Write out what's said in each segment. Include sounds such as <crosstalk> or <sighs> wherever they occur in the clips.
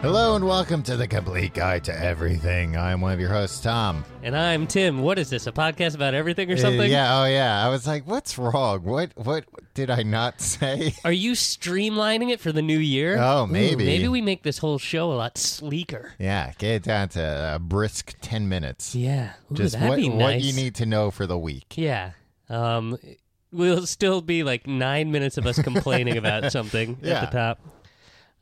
Hello and welcome to the Complete Guide to Everything. I'm one of your hosts, Tom. And I'm Tim. What is this? A podcast about everything or Uh, something? yeah, oh yeah. I was like, what's wrong? What what did I not <laughs> say? Are you streamlining it for the new year? Oh, Ooh, maybe. maybe we make this whole show a lot sleeker. yeah, get it down to a brisk ten minutes. Yeah. Ooh, Just that'd what be nice. what you need to know for the week. Yeah. Um, we'll still be like nine minutes of us <laughs> complaining about something Yeah. at the top.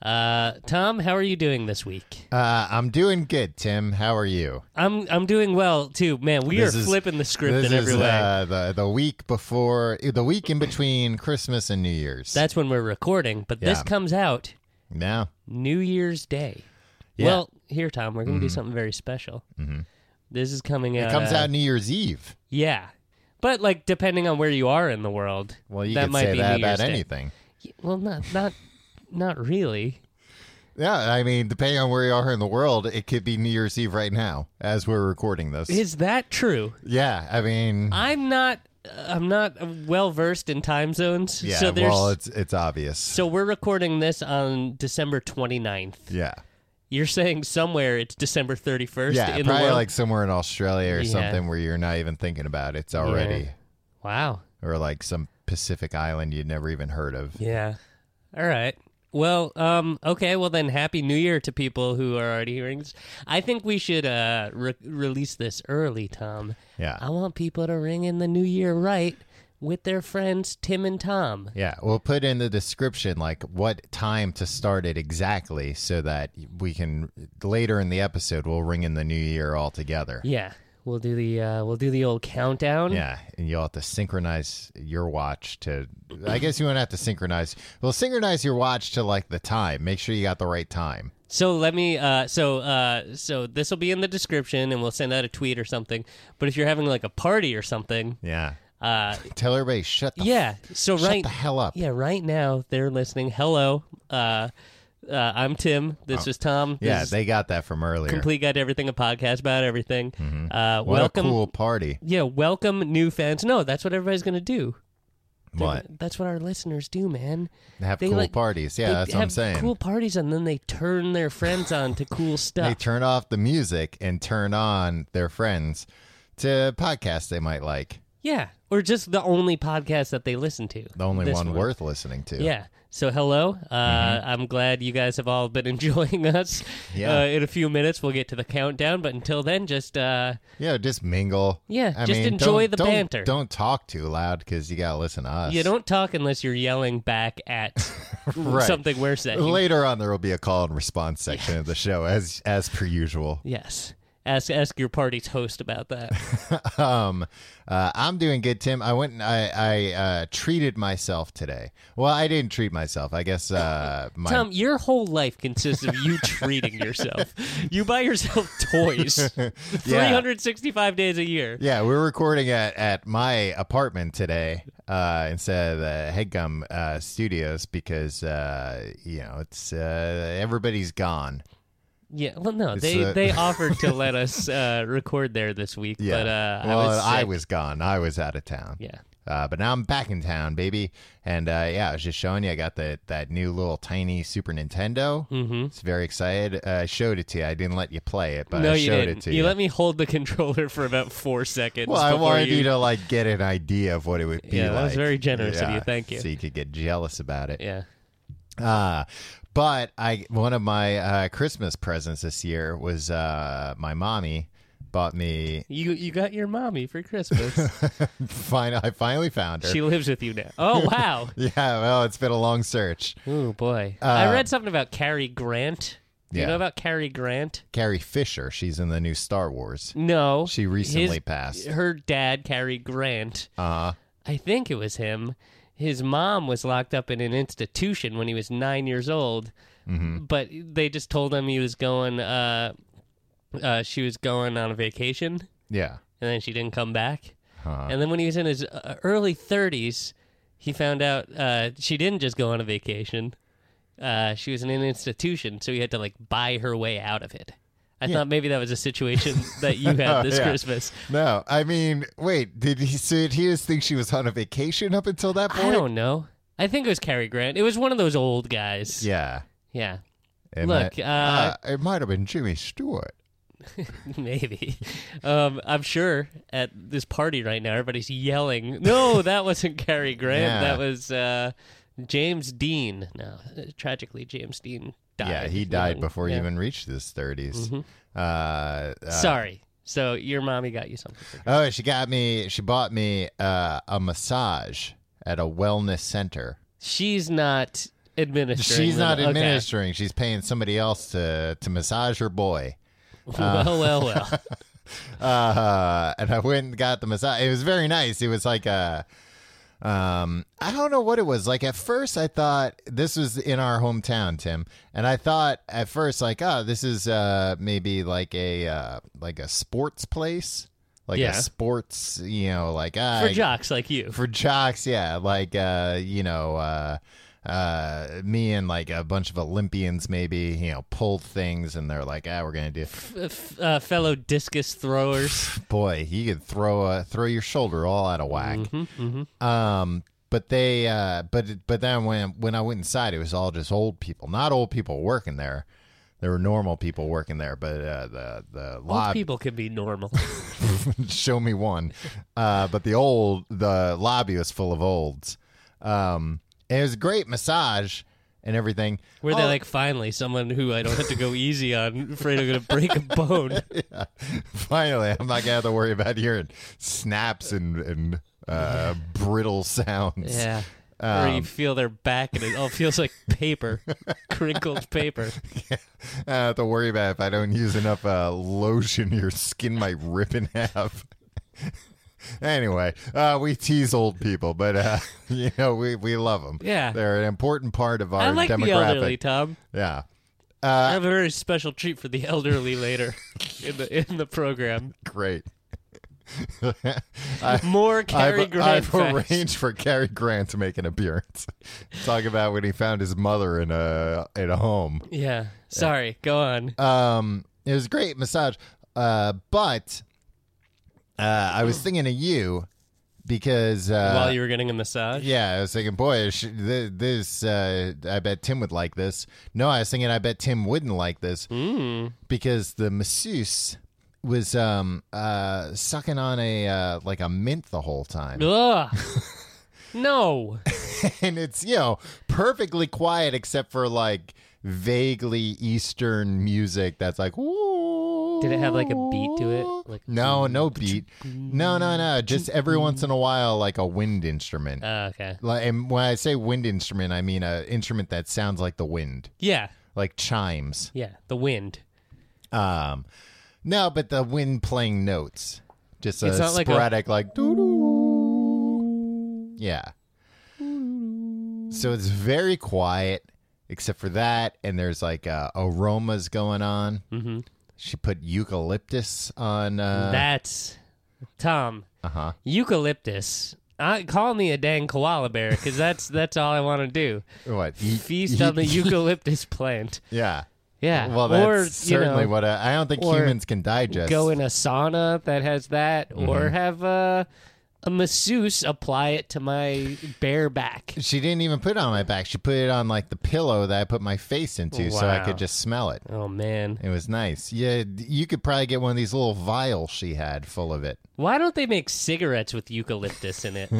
Uh, Tom, how are you doing this week? Uh, I'm doing good, Tim. How are you? I'm I'm doing well too, man. We This are is- flipping the script this in every is way. uh, the the week before, the week in between Christmas and New Year's. That's when we're recording, but this Yeah. comes out now. New Year's Day. Yeah. Mm-hmm. Well, here, Tom, we're going to do something very special. This is coming out. uh, It comes out New Year's Eve. Yeah. But, like, depending on where you are in the world, Well, you that could might say be that New about Year's Day. anything. Y- Well, not, not, not really. Yeah, I mean, depending on where you are in the world, it could be New Year's Eve right now as we're recording this. Is that true? yeah, I mean, I'm not. uh, I'm not well versed in time zones. yeah, so there's. well, it's it's obvious. so we're recording this on December 29th. yeah, You're saying somewhere it's December 31st yeah, in the probably world. like somewhere in Australia or Yeah. something where you're not even thinking about it's already, wow. or like some Pacific island you'd never even heard of. Yeah. All right. Well, um, okay. Well, then, happy New Year to people who are already hearing this. I think we should uh, re- release this early, Tom. Yeah. I want people to ring in the New Year right with their friends Tim and Tom. Yeah, we'll put in the description like what time to start it exactly so that we can later in the episode we'll ring in the new year all together. Yeah, we'll do the uh, we'll do the old countdown. Yeah, and you'll have to synchronize your watch to. I guess you won't have to synchronize. Well, synchronize your watch to like the time. Make sure you got the right time. So let me. Uh, so uh, so this will be in the description, and we'll send out a tweet or something. But if you're having like a party or something, Yeah. uh, Tell everybody shut the yeah. So shut right the hell up. Yeah, right now they're listening. Hello, uh, uh, I'm Tim. This is Tom. This Oh. Yeah, is they got that from earlier. complete guide to everything, a podcast about everything. Uh, Mm-hmm. what welcome, a cool party! yeah, welcome new fans. No, that's what everybody's gonna do. They're- What That's what our listeners do, man. have they, cool like- parties? Yeah, They that's have what I'm saying. Cool parties, and then they turn their friends on to <laughs> cool they stuff. turn off the music and turn on their friends to podcasts they might like. yeah, or just the only podcast that they listen to. The only This one, worth listening to. Yeah. So hello. Uh, I'm glad you guys have all been <laughs> enjoying us. Mm-hmm. Yeah. Uh, in a few minutes, we'll get to the countdown. But until then, just uh, Yeah, just mingle. Yeah, I just mean, enjoy don't- the don't- banter. Don't talk too loud because you gotta listen to us. you don't talk unless you're yelling back at <laughs> Right. something we're saying. Later on, there will be a call and response section of the show, as as per <laughs> usual. Yes. Ask ask your party's host <laughs> about that. Um, uh, I'm doing good, Tim. I went and I, I uh, treated myself today. Well, I didn't treat myself. I guess <laughs> uh, my Tom, your whole life consists of you <laughs> treating yourself. You buy yourself toys. yeah. 365 days a year. Yeah, we we're recording at, at my apartment today uh, instead of the Headgum uh, Studios because uh, you know it's uh, everybody's gone. Yeah. Well, no, It's, they uh, <laughs> they offered to let us uh, record there this week, Yeah, but uh, well, I was sick. gone. I was out of town. yeah. Uh, but now I'm back in town, baby. And uh, yeah, I was just showing you. I got the that new little tiny Super Nintendo. Mm-hmm. It's very excited. Uh, I showed it to you. I didn't let you play it, but no, I you showed didn't. it to you you. let me hold the <laughs> controller for about four seconds. well, I before wanted you... to like get an idea of what it would be Yeah, like. that was very generous of you. Thank you. So you could get jealous about it. Yeah. Uh, but I one of my uh, Christmas presents this year was uh, my mommy bought <laughs> me. You you got your mommy for Christmas. <laughs> Fin- I finally found her. she lives with you now. <laughs> Oh wow. Yeah, well, it's been a long search. Oh boy. I read something about Cary Grant. Uh, Do Yeah. you know about Cary Grant? Carrie Fisher. She's in the new Star Wars. No. She recently His- passed. Her dad, Cary Grant. Uh, I think it was him. His mom was locked up in an institution when he was nine years old, Mm-hmm. but they just told him he was going. Uh, uh, she was going on a vacation, and yeah. then she didn't come back. Huh. And then when he was in his uh, early thirties, he found out uh, she didn't just go on a vacation. Uh, she was in an institution, so he had to like buy her way out of it. I I thought maybe that was a <laughs> situation that you had Oh, this yeah. Christmas. No, I mean, wait, did he? So did he just think she was on a vacation up until that point? I don't know. I think it was Cary Grant. It was one of those old guys. Yeah. Yeah. It Look, might- uh, it might have been Jimmy Stewart. <laughs> maybe. Um, I'm sure at this party right now, <laughs> everybody's yelling. No, that wasn't Cary Grant. Yeah. That was uh, James Dean. No, tragically, James Dean died. Yeah, he died young. before he Yeah. Mm-hmm. even reached his 30s. Uh, uh, Sorry. So your mommy got you something. for Oh, she got me. She bought me uh, a massage at a wellness center. She's not administering. She's the- not okay. <laughs> administering. She's paying somebody else to to massage her boy. well, well, well. Uh, <laughs> and I went and got the massage. It was very nice. It was like a, um, I don't know what it was. Like at first, I thought this was in our hometown, Tim, and I thought at first like, oh, this is uh maybe like a uh, like a sports place, like Yeah. a sports, you know, like ah, <laughs> For I- jocks like you. for jocks yeah like uh you know uh uh me and like a bunch of olympians maybe you know pulled things and they're like ah we're gonna do F- uh, fellow discus throwers. boy you could throw uh throw your shoulder all out of whack Mm-hmm, um but they uh but but then when when i went inside it was all just old people not old people working there there were normal people working there but uh the the Old lobby people can be normal. <laughs> show me one. Uh, but the old, the lobby was full of olds. Um, and it was a great massage and everything. Were they Oh, like, finally, someone who I don't have to go easy on, afraid I'm going to break a bone? yeah. <laughs> Finally, I'm not gonna have to worry about hearing snaps and and uh, brittle sounds. Yeah. or you Um, feel their back and it all <laughs> feels like paper, crinkled paper. I Uh, don't have to worry about if I don't use enough uh, lotion, your skin might rip in half. <laughs> anyway, uh, we tease old people, but uh, <laughs> you know we we love them. Yeah. they're an important part of our I like demographic. the elderly, Tom. Yeah. I have a very special treat for the <laughs> elderly later in the in the program. Great. More Cary I've, Grant I've facts. arranged for Cary Grant to make an appearance. <laughs> Talk about when he found his mother in a in a home. Yeah. Sorry. Go on. Um, it was a great massage, uh, but uh, I was thinking of you because uh, Oh. While you were getting a massage. yeah, I was thinking, boy, sh- th- this uh, I bet Tim would like this. No, I was thinking I bet Tim wouldn't like this Mm. because the masseuse was um uh sucking on a uh, like a mint the whole time. <laughs> Ugh. no. and it's you know perfectly quiet except for like vaguely eastern music that's like Did it have, like, a beat to it? Like- no no beat no no no just every once in a while like a wind instrument Uh, okay. like, and when i say wind instrument i mean a instrument that sounds like the wind Yeah. like chimes Yeah. The wind. um no but the wind playing notes just It's a not like a- sporadic like, doo-doo. yeah so it's very quiet except for that and there's like uh, aromas going on mm-hmm. she put eucalyptus on uh That's Tom. uh-huh Eucalyptus. I, call me a dang koala bear because that's that's all I want to do. what e- Feast e- <laughs> on the eucalyptus plant. yeah Yeah. well that's or, certainly you know, what I, I don't think or humans can digest Go in a sauna that has that, or Mm-hmm. have a, a masseuse apply it to my bare back. she didn't even put it on my back she put it on like the pillow that i put my face into so i Wow. could just smell it Oh man, It was nice. Yeah, d- you could probably get one of these little vials she had full of it. why don't they make cigarettes with <laughs> eucalyptus in it?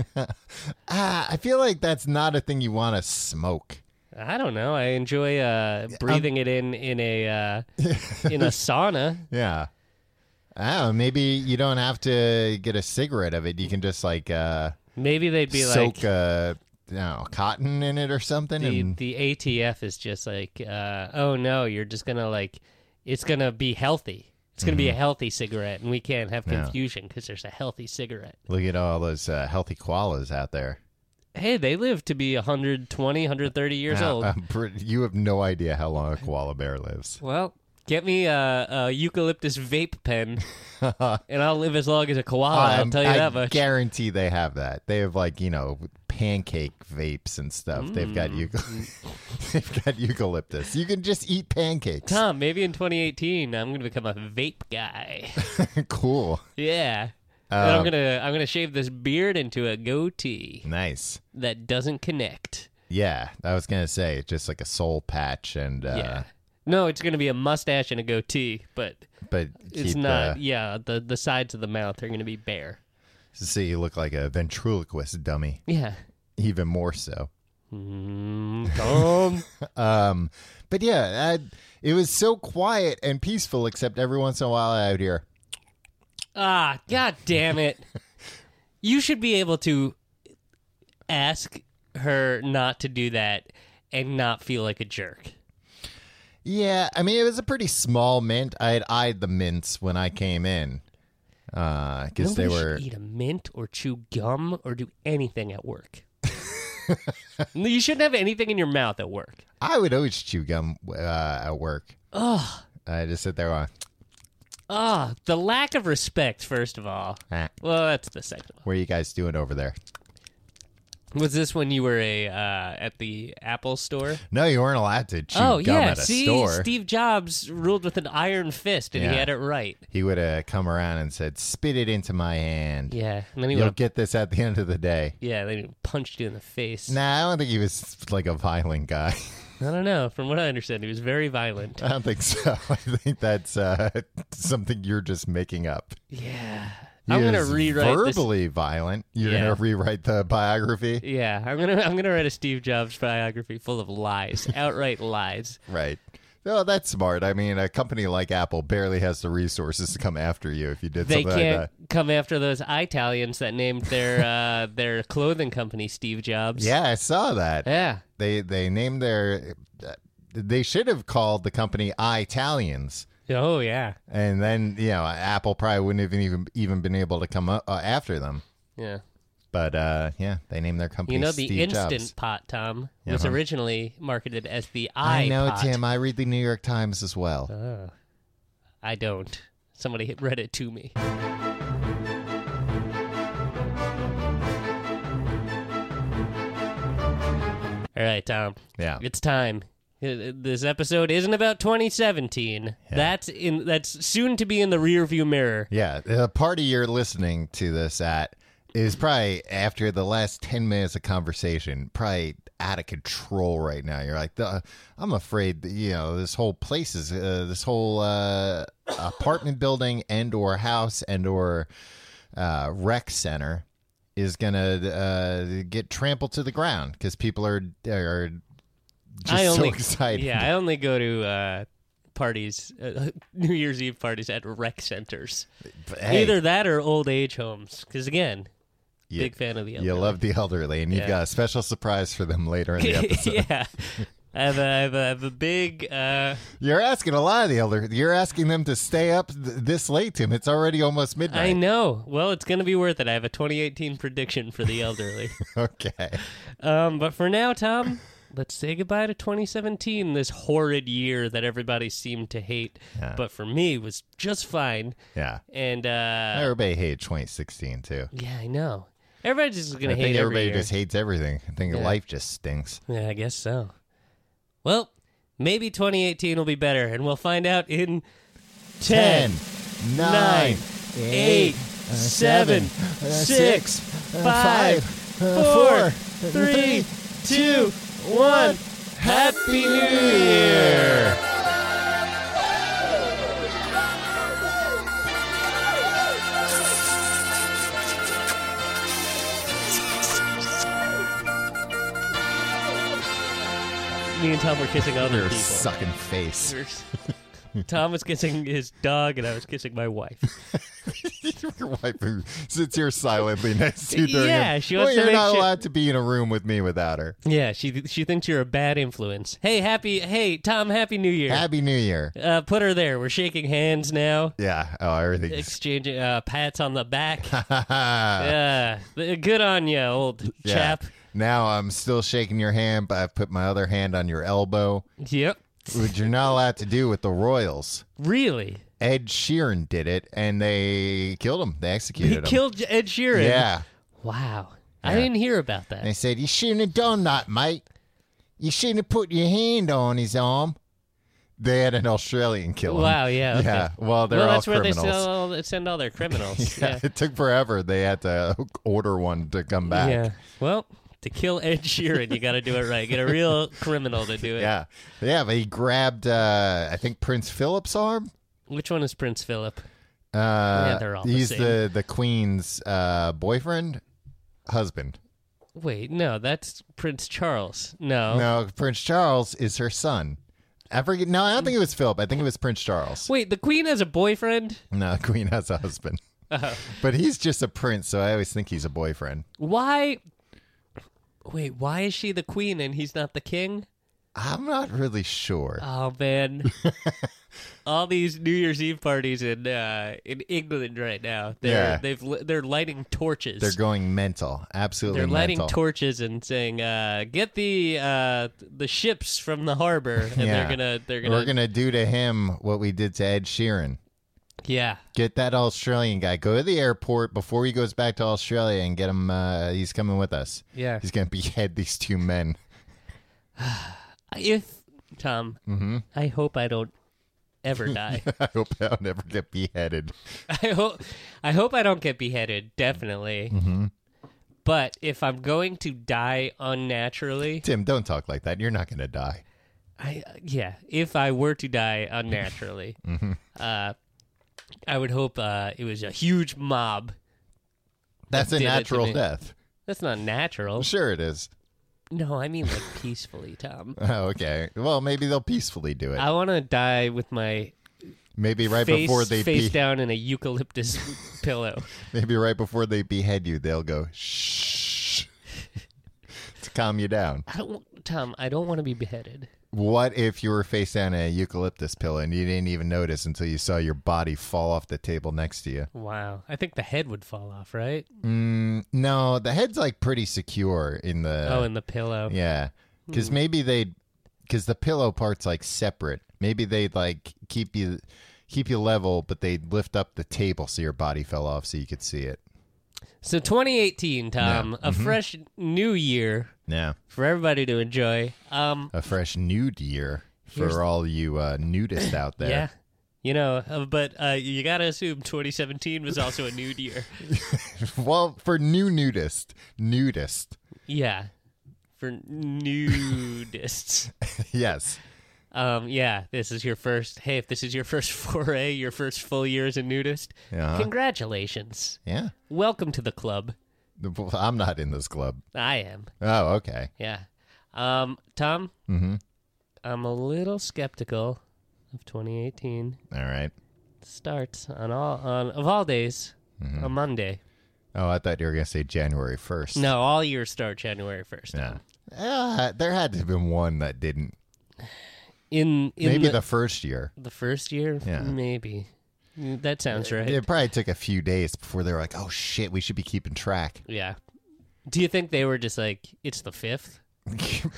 Ah, I feel like that's not a thing you want to smoke. I don't know. I enjoy uh, um, breathing it in in a uh, in <laughs> a sauna. Yeah. I don't know, maybe you don't have to get a cigarette of it. You can just like uh, Maybe they'd be soak like uh, you know, cotton in it or something. the, and the ATF is just like, uh, oh no, you're just gonna like, it's gonna be healthy. It's gonna be a healthy cigarette, and we can't have Mm-hmm. Yeah. confusion because there's a healthy cigarette. look at all those uh, healthy koalas out there. Hey, they live to be 120, 130 years Now, <laughs> old. I'm pretty- you have no idea how long a koala bear lives. well, Get me a, a eucalyptus vape <laughs> pen, and I'll live as long as a koala. i will I'm- Oh, tell you Um, I that much. guarantee they have that. They have like you know pancake vapes and stuff. They've got Mm. eucalyptus. <laughs> They've got eucalyptus. You can just eat pancakes. Tom, maybe in 2018, I'm gonna become a vape <laughs> guy. <laughs> <laughs> cool. yeah, and Um, I'm gonna I'm gonna shave this beard into a goatee Nice. that doesn't connect. Yeah, I was gonna say just like a soul patch and uh, yeah, no, it's gonna be a mustache and a goatee, but but keep uh, it's not. e-, The, Yeah, the the sides of the mouth are gonna be bare. so you look like a ventriloquist dummy, Yeah. even more so. Mm, Tom. Um, but yeah, I, it was so quiet and peaceful, except every once in a while I would hear. <laughs> ah, god damn it. You should be able to ask her not to do that and not feel like a jerk. Yeah, I mean it was a pretty small mint. I had eyed the mints when I came in because they Nobody should were. eat a mint or chew gum or do anything at work. No, you shouldn't have anything in your mouth at work. I would always chew gum uh, at work. Ugh. I just sit there going, Ah, the lack of respect, first of all. "Ah, Well, that's the second one. "What are you guys doing over there?" Was this when you were a uh, at the Apple store? No, you weren't allowed to chew oh gum yeah, at a see, store. Steve Jobs ruled with an iron fist, and Yeah. he had it right. he would have come around and said, "Spit it into my hand. Yeah, and then he You'll would, get this at the end of the day." yeah, then he punched you in the face. Nah, I don't think he was like a violent guy. <laughs> I don't know. From what I understand, he was very violent. I don't think so. <laughs> I think that's uh, something you're just making up. yeah, He I'm gonna is rewrite this. verbally violent. You're Yeah. gonna rewrite the <laughs> biography, Yeah, I'm gonna I'm gonna write a Steve Jobs biography full <laughs> of lies, outright lies. right? No, that's smart. I mean, a company like Apple barely has the resources to come after you if you did They something can't like that. come after those Italians that named their uh, their clothing company Steve Jobs. Yeah, I saw that. yeah, They they named their. They should have called the company Italians. oh yeah, And then you know, Apple probably wouldn't have even even been able to come up, uh, after them. yeah. But uh, yeah, they named their company. You know, the Steve instant Jobs. pot, Tom, was Uh-huh. originally marketed as the iPod. I know, Tim. I read the New York Times as well. Oh. I don't. Somebody had read it to me. All right, Tom. Yeah. It's time. Uh, This episode isn't about 2017. That's in that's soon to be in the rearview mirror. Yeah, the party you're listening to this at is probably after the last 10 minutes of conversation, probably out of control right now. You're like, "Duh, I'm afraid that, you know, this whole place is, uh, this whole uh, apartment building and or house and or uh, rec center is going to uh, get trampled to the ground because people are, are just I only so excited. Yeah, I only go to uh, parties, uh, <laughs> New Year's Eve parties at rec centers. But hey, Either that or old age homes. Because again, you, big fan of the you elderly. <laughs> love the elderly and you've Yeah. got a special surprise for them later in the episode. yeah. I have, a, I, have a, I have a big. Uh, You're asking a lot of the elder. You're asking them to stay up th- this late, Tim. It's already almost I midnight. know. Well, it's going to be worth it. I have a 2018 prediction for <laughs> the elderly. <laughs> Okay. um, but for now, Tom, let's say goodbye to 2017, this horrid year that everybody seemed to hate, Yeah. but for me was just fine. Yeah. And uh, Everybody hated 2016 too. yeah, I know. Everybody's just I going to hate think every everybody year. just hates everything. I think Yeah. life just stinks. Yeah, I guess so. Well, maybe 2018 will be better, and we'll find out in 10, nine, eight, uh, seven, uh, six, uh, uh, five, four, three, two, one. Happy New Year! Me and Tom were kissing other Your people. sucking face. <laughs> <laughs> Tom was kissing his dog, and I was kissing my wife. Your wife who sits here silently next to you during Yeah, a- she wants well, to you're make not sure- allowed to be in a room with me without her. Yeah, she she thinks you're a bad influence. Hey, happy, hey Tom, happy New Year. Happy New Year. uh, put her there. We're shaking hands now, Yeah. Oh, everything's. exchanging uh, pats on <laughs> the back. <laughs> Yeah, th- good on you, old Yeah. chap. Now I'm still shaking your hand, but I put my other hand on your elbow. Yep. which you're not allowed to do with the Royals. Really? Ed Sheeran did it, and they killed him. They He executed him. killed Ed Sheeran. Yeah. Wow. I Yeah. didn't hear about And they that. said, You shouldn't have done that, mate. You shouldn't have put your hand on his arm. They had an Australian kill him. Wow, yeah, okay. Yeah. Well, they're well, all that's where criminals. they sell all, they send all their <laughs> criminals. yeah, yeah. It took forever. They had to order one to come back. Yeah. Well, to kill Ed Sheeran, you got to do it right. Get <laughs> a real criminal to do it. Yeah. Yeah, but he grabbed, uh, I think, Prince Philip's arm. Which one is Prince Philip? Uh, they're all the he's same. the, the Queen's uh, boyfriend, husband. Wait, no, that's Prince Charles. No. No, Prince Charles is her son. I forget. No, I don't think it was Philip. I think it was Prince Charles. Wait, the Queen has a boyfriend? No, Queen has a husband. Oh. But he's just a prince, so I always think he's a boyfriend. Why? Wait, why is she the Queen and he's not the King? I'm not really sure. Oh <laughs> man, all these New Year's Eve parties in uh, in England right now. They're Yeah. they've li- they're lighting torches. They're going mental. Absolutely They're lighting mental. torches and saying, uh, "Get the uh, the ships from the harbor," and Yeah. they're gonna they're gonna, We're going to do to him what we did to Ed Sheeran. yeah. Get that Australian guy. Go to the airport before he goes back to Australia and get him. Uh, he's coming with us. Yeah. He's going to behead these two men. If Tom, Mm-hmm. I hope I don't <laughs> ever die. I hope I'll never get beheaded. <laughs> I hope I hope I don't get beheaded. Definitely. Mm-hmm. But if I'm going to die unnaturally, Tim, don't talk like that. You're not going to die. I yeah. If I were to die <laughs> unnaturally, Mm-hmm. uh, I would hope uh, it was a huge mob. That's a did it to natural me. death. That's not natural. Sure, it is. No, <laughs> I mean like peacefully, Tom. Oh, okay. Well, maybe they'll peacefully do it. I want to die with my maybe right face, before they face be- down in <laughs> a eucalyptus pillow. Maybe right before they behead you, they'll go shh <laughs> to calm you down. I don't, want- Tom. I don't want to be beheaded. What if you were face down in a eucalyptus pillow and you didn't even notice until you saw your body fall off the table next to you? Wow, I think the head would fall off, right? Mm, no, the head's like pretty secure in the. oh, and the pillow. yeah, because Hmm. maybe they, because the pillow part's like separate. Maybe they'd like keep you keep you level, but they'd lift up the table so your body fell off so you could see it. So 2018, Tom, a Mm-hmm. fresh new year Yeah. for everybody to enjoy. Um, a fresh nude year for Here's- all you uh, nudists out there. yeah, you know, uh, but uh, you gotta assume 2017 was also a nude <laughs> year. <laughs> well, for new nudist, nudist. <laughs> yeah, for nudists. yes. Um, yeah, this is your first. Hey, if this is your first <laughs> foray, your first full year as a nudist, Yeah. Uh-huh. congratulations. Yeah. Welcome to the club. The- well, I'm not in this club. I am. Oh, okay. Yeah. Um, Tom, Mm-hmm. I'm a little skeptical of 2018. All right. It starts on all on of all days Mm-hmm. on Monday. Oh, I thought you were gonna say January first. No, all years start January 1st. Yeah. Ah, there had to have been one that didn't. In, in Maybe the, the, first year. the first year, Yeah. maybe. Mm, That sounds right. It probably took a few days before they were like, "Oh shit, we should be keeping track." <laughs> yeah. Do you think they were just like it's the 5th?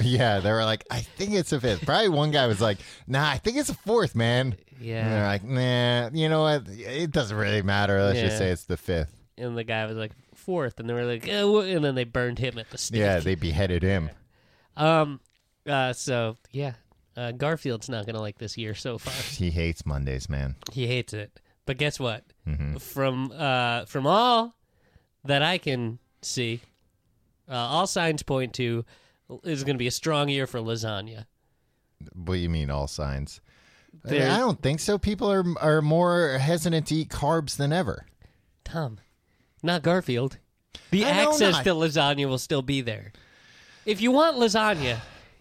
yeah, they were like, "I think it's a fifth. Probably one guy was like, "Nah, I think it's a fourth, man." And they're Yeah. like, nah, you know what? It doesn't really matter. Let's just Yeah. say it's the fifth. And the guy was like 4th and they were like eh, wha-" and then they burned him at the stake. Yeah, they beheaded him. Um uh so yeah. Uh, Garfield's not going to like this year so far. He hates Mondays, man. He hates it. But guess what? Mm-hmm. From uh, from all that I can see, uh, all signs point to is going to be a strong year for lasagna. What do you mean, all signs? I, mean, There- I don't think so. People are are more hesitant to eat carbs than ever. Tom, not Garfield. The I know access not. to lasagna will still be there. If you want lasagna,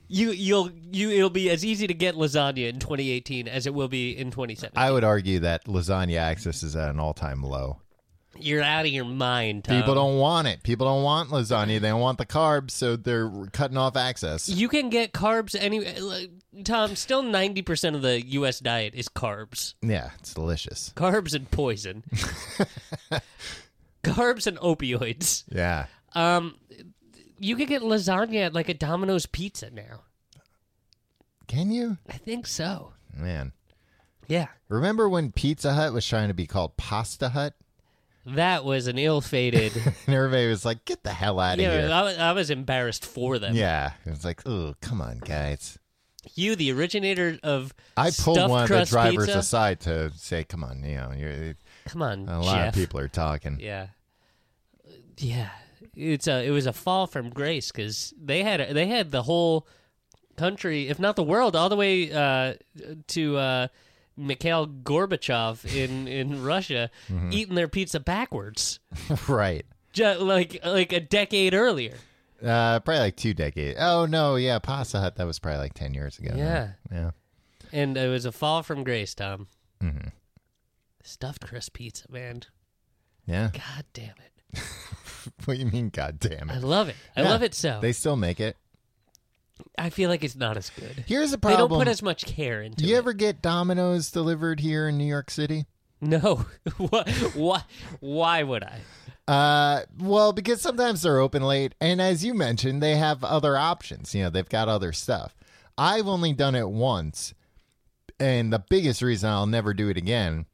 you you'll you it'll be as easy to get lasagna in 2018 as it will be in 2017. I would argue that lasagna access is at an all time low. You're out of your mind, Tom. People don't want it. People don't want lasagna. They don't want the carbs, so they're cutting off access. You can get carbs any. like, Tom, still ninety percent of the U.S. diet is carbs, Yeah, it's delicious. carbs <laughs> and poison, carbs and opioids. Yeah. Um, you can get lasagna at like a Domino's Pizza now. Can you? I think so. Man. Yeah. Remember when Pizza Hut was trying to be called Pasta Hut? <laughs> That was an ill-fated. And everybody was like, get the hell out of you know, here. I, was, I was embarrassed for them. yeah. It was like, oh, come on, guys. You, the originator of I pulled stuffed one of the crust drivers pizza? aside to say, come on, you know, you're, Come on, a lot Jeff. of people are talking. Yeah, yeah. It's a it was a fall from grace because they had they had the whole country, if not the world, all the way uh, to uh, Mikhail Gorbachev in in Russia Mm-hmm. eating their pizza backwards, <laughs> right. Ju- like like a decade earlier. Uh, probably like two decades. Oh, no. Yeah. Pasta Hut, that was probably like 10 years ago. Yeah. Yeah. And it was a fall from grace, Tom. Mm-hmm. Stuffed crust pizza, man. Yeah. <laughs> God damn it. What do you mean, God damn I it? love it. I Yeah. love it so. They still make it. I feel like it's not as good. Here's the They problem. don't put as much care into Do you it. ever get Domino's delivered here in New York City? No. <laughs> what? Why? Why would I? Uh, well, because sometimes they're open late, and as you mentioned, they have other options. You know, they've got other stuff. I've only done it once, and the biggest reason I'll never do it again.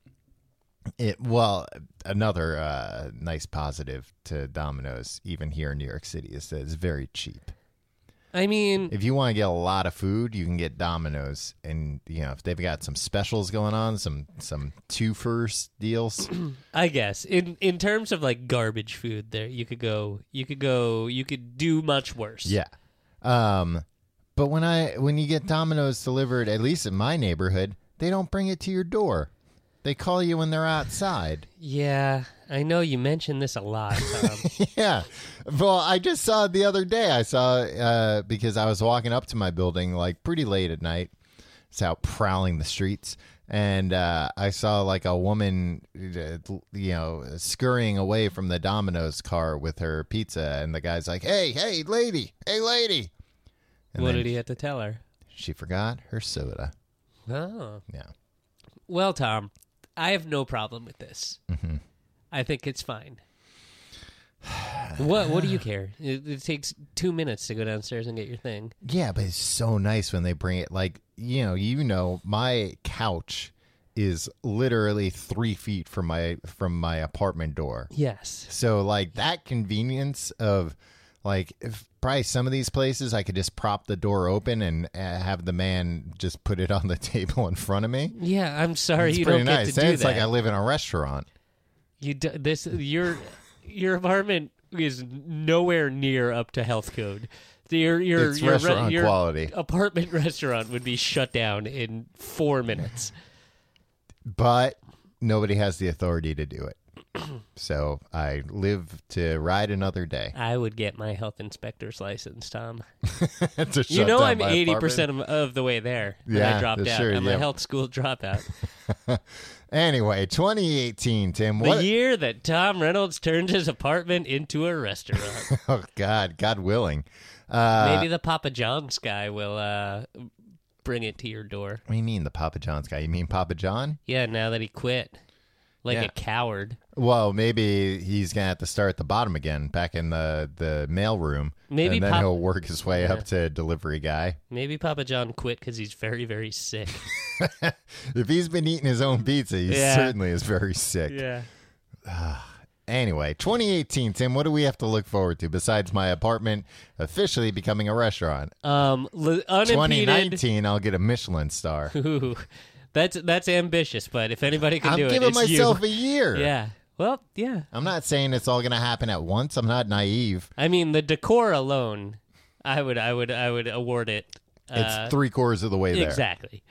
It well, another uh, nice positive to Domino's, even here in New York City, is that it's very cheap. I mean, If you want to get a lot of food, you can get Domino's, and you know if they've got some specials going on, some some two first deals. I guess in in terms of like garbage food, there you could go, you could go, you could do much worse. Yeah. Um, but when I when you get Domino's delivered, at least in my neighborhood, they don't bring it to your door. They call you when they're outside. Yeah. I know you mentioned this a lot. <laughs> Tom. yeah. Well, I just saw it the other day. I saw uh, because I was walking up to my building like pretty late at night. It's out prowling the streets, and uh, I saw like a woman, uh, you know, scurrying away from the Domino's car with her pizza, and the guy's like, "Hey, hey, lady, hey, lady." And what then did he have to tell her? She forgot her soda. Oh. Yeah. Well, Tom, I have no problem with this. Mm-hmm. I think it's fine. what What do you care? It, it takes two minutes to go downstairs and get your thing. Yeah, but it's so nice when they bring it. Like you know, you know, my couch is literally three feet from my from my apartment door. Yes. So like that convenience of like if probably some of these places I could just prop the door open and uh, have the man just put it on the <laughs> table in front of me. Yeah, I'm sorry It's you pretty don't nice. get to Then do it's that. like I live in a restaurant. You do, this your your apartment is nowhere near up to health code. Your your It's your, re- restaurant your quality. apartment <laughs> restaurant would be shut down in four minutes. but nobody has the authority to do it. <clears throat> so I live to ride another day. I would get my health inspector's <laughs> license, Tom. To You shut know down I'm my eighty apartment. percent of, of the way there. when I Yeah, dropped out. sure, I'm yeah. a health <laughs> school dropout. Anyway, 2018, Tim. the What? year that Tom Reynolds turned his apartment into a restaurant. <laughs> Oh God, God willing. <laughs> Uh, Maybe the Papa John's guy will uh, bring it to your door. what do you mean the Papa John's guy? You mean Papa John? Yeah, now that he quit. Like Yeah. a coward. Well, maybe he's gonna have to start at the bottom again, back in the the mail room. Maybe and then Pop- he'll work his way up to delivery guy. Maybe Papa John quit because he's very, very sick. If he's been eating his own pizza, he Yeah. certainly is very sick. yeah. Anyway, 2018, Tim. What do we have to look forward to besides my apartment officially becoming a restaurant? Um, l- unimpeded. 2019, I'll get a Michelin star. Ooh, that's that's ambitious, but if anybody can I'm do it, giving it's myself you. a year. <laughs> Yeah. Well, yeah. I'm not saying it's all going to happen at once. I'm not naive. I mean, the decor alone, I would, I would, I would award it. It's Uh, three quarters of the way there. exactly.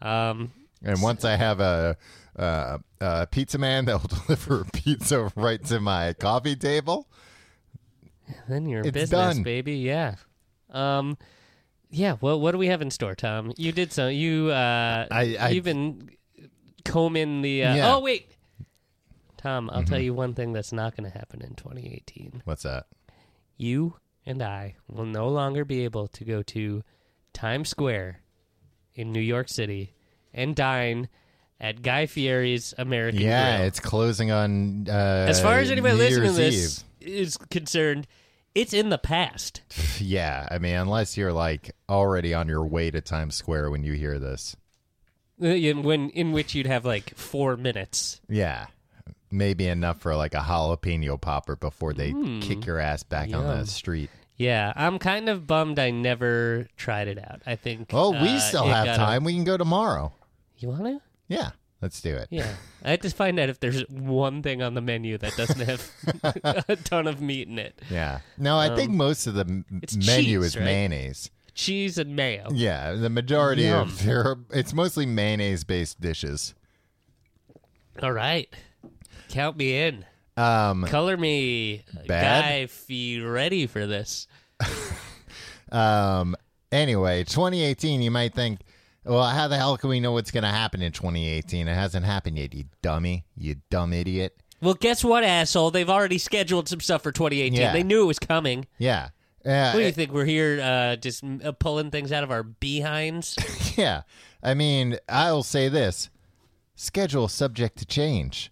Um, And once I have a, a, a pizza man that will <laughs> deliver pizza right to my coffee table, then your It's business, done. baby. Yeah. Um, yeah. Well, what do we have in store, Tom? You did some. You uh, I- I- you've been combing the. Uh, Yeah. Mm-hmm. Oh wait, Tom. I'll tell you one thing that's not going to happen in 2018. what's that? You and I will no longer be able to go to Times Square in New York City and dine at Guy Fieri's American Yeah, Grill. it's closing on. Uh, As far as anybody New listening Year's to this is concerned, It's in the past. <laughs> Yeah, I mean, unless you're like already on your way to Times Square when you hear this. In, when in which you'd have like four minutes. Yeah, maybe enough for like a jalapeno popper before they kick your ass back on the Hmm. Yum. street. Yeah, I'm kind of bummed I never tried it out. I think. Oh, we uh, still it have got a- time. We can go tomorrow. you wanna? Yeah, let's do it. Yeah, I had to find out if there's one thing on the menu that doesn't have <laughs> a ton of meat in it. Yeah. No, I think most of the m- Um, it's menu cheese, is right? mayonnaise. Cheese and mayo. Yeah, the majority Yum. of their it's mostly mayonnaise based dishes. All right, count me in. Um, Color me, Bad? guy. Fee ready for this? um. Anyway, 2018. You might think, well, how the hell can we know what's going to happen in 2018? It hasn't happened yet. You dummy. You dumb idiot. Well, guess what, asshole? They've already scheduled some stuff for 2018. Yeah. They knew it was coming. Yeah. Yeah. What do you it- think? We're here uh, just uh, pulling things out of our behinds. <laughs> yeah. I mean, I'll say this: schedule subject to change.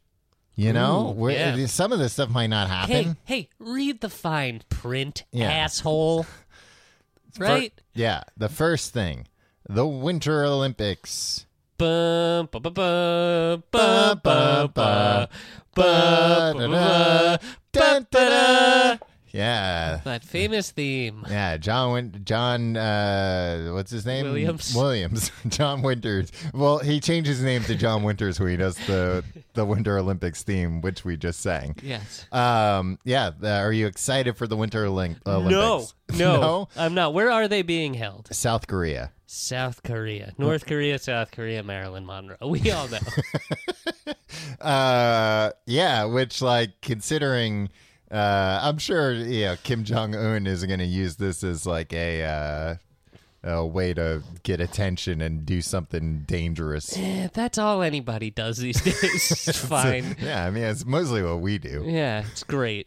You know, Ooh, Where- yeah. some of this stuff might not happen. hey, hey, read the fine print, Yeah. <laughs> asshole. Fir- Right? yeah. The first thing, the Winter Olympics. Bum, ba, ba, ba, ba, ba, ba, ba, ba, ba, ba, ba, da. Yeah. That famous theme. Yeah, John. Win- John. Uh, what's his name? Williams. Williams. <laughs> John Winters. Well, he changed his name to John Winters when he does the the Winter Olympics theme, which we just sang. <laughs> Yes. Um. Yeah. the- are you excited for the Winter Olymp- No, Olympics? <laughs> <laughs> no, I'm not. Where are they being held? South Korea. South Korea, North Korea, South Korea, Marilyn Monroe. We all <laughs> know. Uh. Yeah. Which, like, considering. Uh, I'm sure you know, Kim Jong Un is going to use this as like a uh, a way to get attention and do something dangerous. Eh, That's all anybody does these days. <laughs> It's fine. yeah, I mean, it's mostly what we do. Yeah, it's great.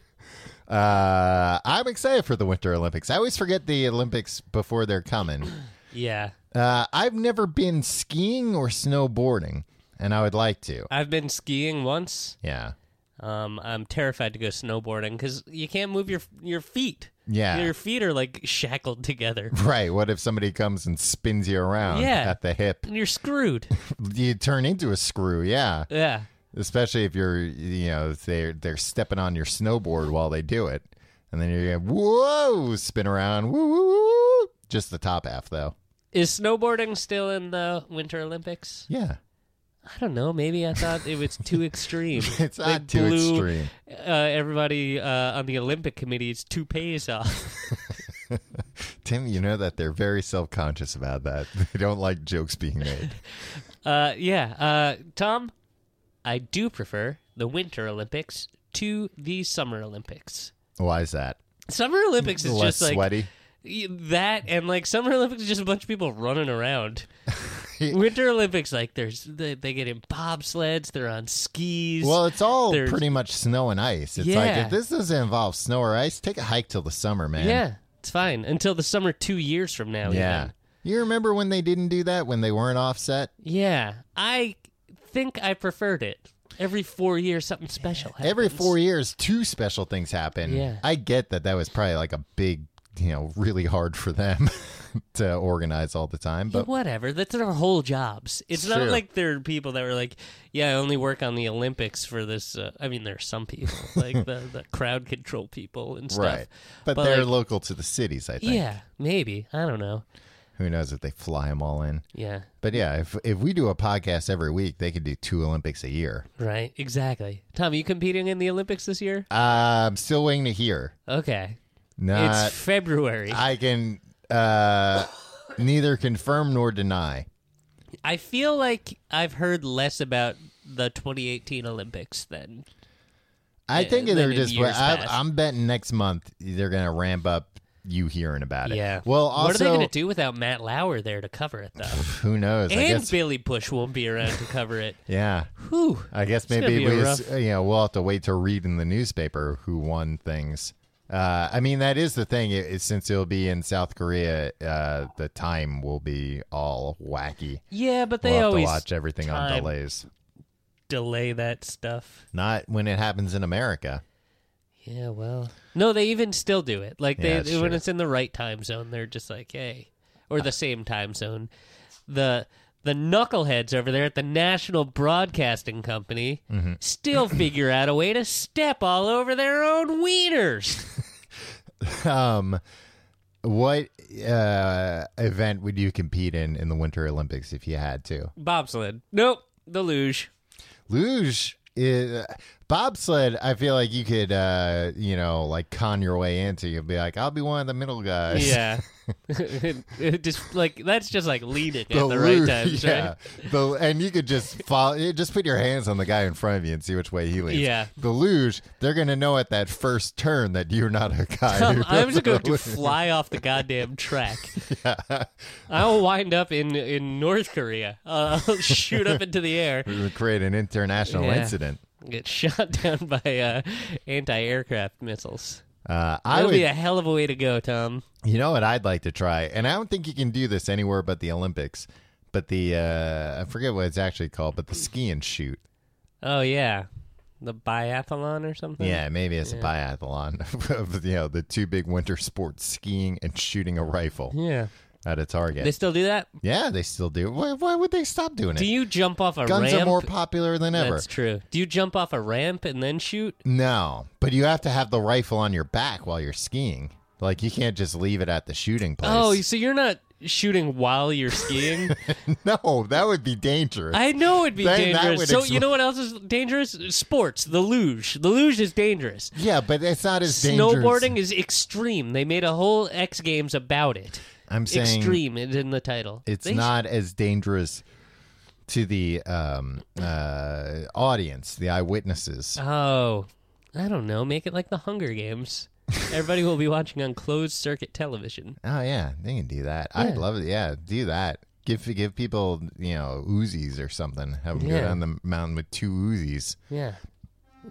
Uh, I'm excited for the Winter Olympics. I always forget the Olympics before they're coming. Yeah. Uh, I've never been skiing or snowboarding, and I would like to. I've been skiing once. Yeah. Um, I'm terrified to go snowboarding because you can't move your your feet. Yeah. your feet are like shackled together, Right. What if somebody comes and spins you around Yeah. at the hip? and you're screwed. You turn into a screw. Yeah. yeah, Especially if you're, you know, they're they're stepping on your snowboard while they do it, and then you're going, whoa, spin around, woo, woo, woo. woo. Just the top half though. is snowboarding still in the Winter Olympics? Yeah. <laughs> I don't know. Maybe I thought it was too extreme. <laughs> It's They not too blew, extreme. Uh, everybody uh, on the Olympic committee's toupees off. <laughs> Tim, you know that they're very self conscious about that. <laughs> They don't like jokes being made. Uh, yeah, uh, Tom, I do prefer the Winter Olympics to the Summer Olympics. Why is that? Summer Olympics is Less just like sweaty. Y- That and like Summer Olympics is just a bunch of people running around. <laughs> Yeah. Winter Olympics, like there's they, they get in bobsleds, they're on skis. Well, it's all there's- pretty much snow and ice. It's like Yeah. if this doesn't involve snow or ice, take a hike till the summer, man. yeah, it's fine until the summer two years from now. Yeah. even. You remember when they didn't do that when they weren't offset? yeah. I think I preferred it. Every four years, something special. Happens. Every four years, two special things happen. Yeah. I get that that was probably like a big, you know, really hard for them <laughs> to organize all the time. Yeah, But whatever. That's their whole jobs. It's, It's not true. like there are people that were like, "Yeah, I only work on the Olympics for this." Uh, I mean, there are some people <laughs> like the, the crowd control people and stuff. right. But, But, they're like- local to the cities, I think. Yeah, maybe. I don't know. Who knows if they fly them all in. Yeah, But yeah, if if we do a podcast every week, they could do two Olympics a year. right. Exactly. Tom, you competing in the Olympics this year? Uh, I'm still waiting to hear. Okay. Not it's February. I, I can uh, neither confirm nor deny. feel like I've heard less about the 2018 Olympics than. I Yeah, think then they're in just. years I, past. I'm betting next month they're gonna ramp up you hearing about it. Yeah. Well, what are they also, going to do without Matt Lauer there to cover <laughs> it, though? who knows? I and guess. Billy Bush won't be around to cover <laughs> it. yeah. Whew. I guess gonna maybe be a we, s- you know, we'll have to wait to read in the newspaper who won things. Uh, I mean, that is the thing. It, it- since it'll be in South Korea, uh, the time will be all wacky. Yeah, but they we'll have to always watch everything on time. delays. delay that stuff. Not when it happens in America. Yeah, well, no, they even still do it. Like they Yeah, it's when true. it's in the right time zone, they're just like, hey, or the same time zone. The the knuckleheads over there at the National Broadcasting Company Mm-hmm. <clears throat> still figure out a way to step all over their own wieners. Um, what uh, event would you compete in in the Winter Olympics if you had to? Bobsled. Nope, the luge. Luge. Is, bobsled, I feel like you could, uh, you know, like con your way into. You'll be like, I'll be one of the middle guys. <laughs> Yeah. <laughs> It just like that's just like leading at the luge- right times, yeah. right? The, and you could just follow, you just put your hands on the guy in front of you and see which way he leans. Yeah. The luge, they're gonna know at that first turn that you're not a guy. who <laughs> <laughs> does I'm just the going to luge. fly off the goddamn track. <laughs> Yeah. I'll wind up in in North Korea. Uh, I'll <laughs> shoot up into the air, We would create an international Yeah. incident. get shot <laughs> down by uh, anti-aircraft missiles. Uh, I That would would, be a hell of a way to go, Tom. you know what I'd like to try, and I don't think you can do this anywhere but the Olympics. But the uh, I forget what it's actually called, but the ski and shoot. Oh yeah, the biathlon or something. Yeah, maybe it's a biathlon <laughs> of you know the two big winter sports, skiing and shooting a rifle yeah. at a target. They still do that. yeah, they still do. Why, why would they stop doing it? Do you jump off a Guns ramp? are more popular than ever. That's true. Do you jump off a ramp and then shoot? No, but you have to have the rifle on your back while you're skiing. Like you can't just leave it at the shooting place. Oh, so you're not shooting while you're <laughs> skiing? no, that would be dangerous. I know it'd be Then that dangerous. would So expl- you know what else is dangerous? Sports, the luge. The luge is dangerous. yeah, but it's not as dangerous. Snowboarding is extreme. They made a whole X Games about it. I'm saying extreme is in the title. it's They sh- not as dangerous to the um, uh, audience, the eyewitnesses. oh, I don't know. Make it like the Hunger <laughs> Games. Everybody will be watching on closed circuit television. Oh yeah, they can do that. I'd Yeah. love it. Yeah, do that. Give give people you know Uzis or something. Have them go Yeah. down the mountain with two Uzis. Yeah.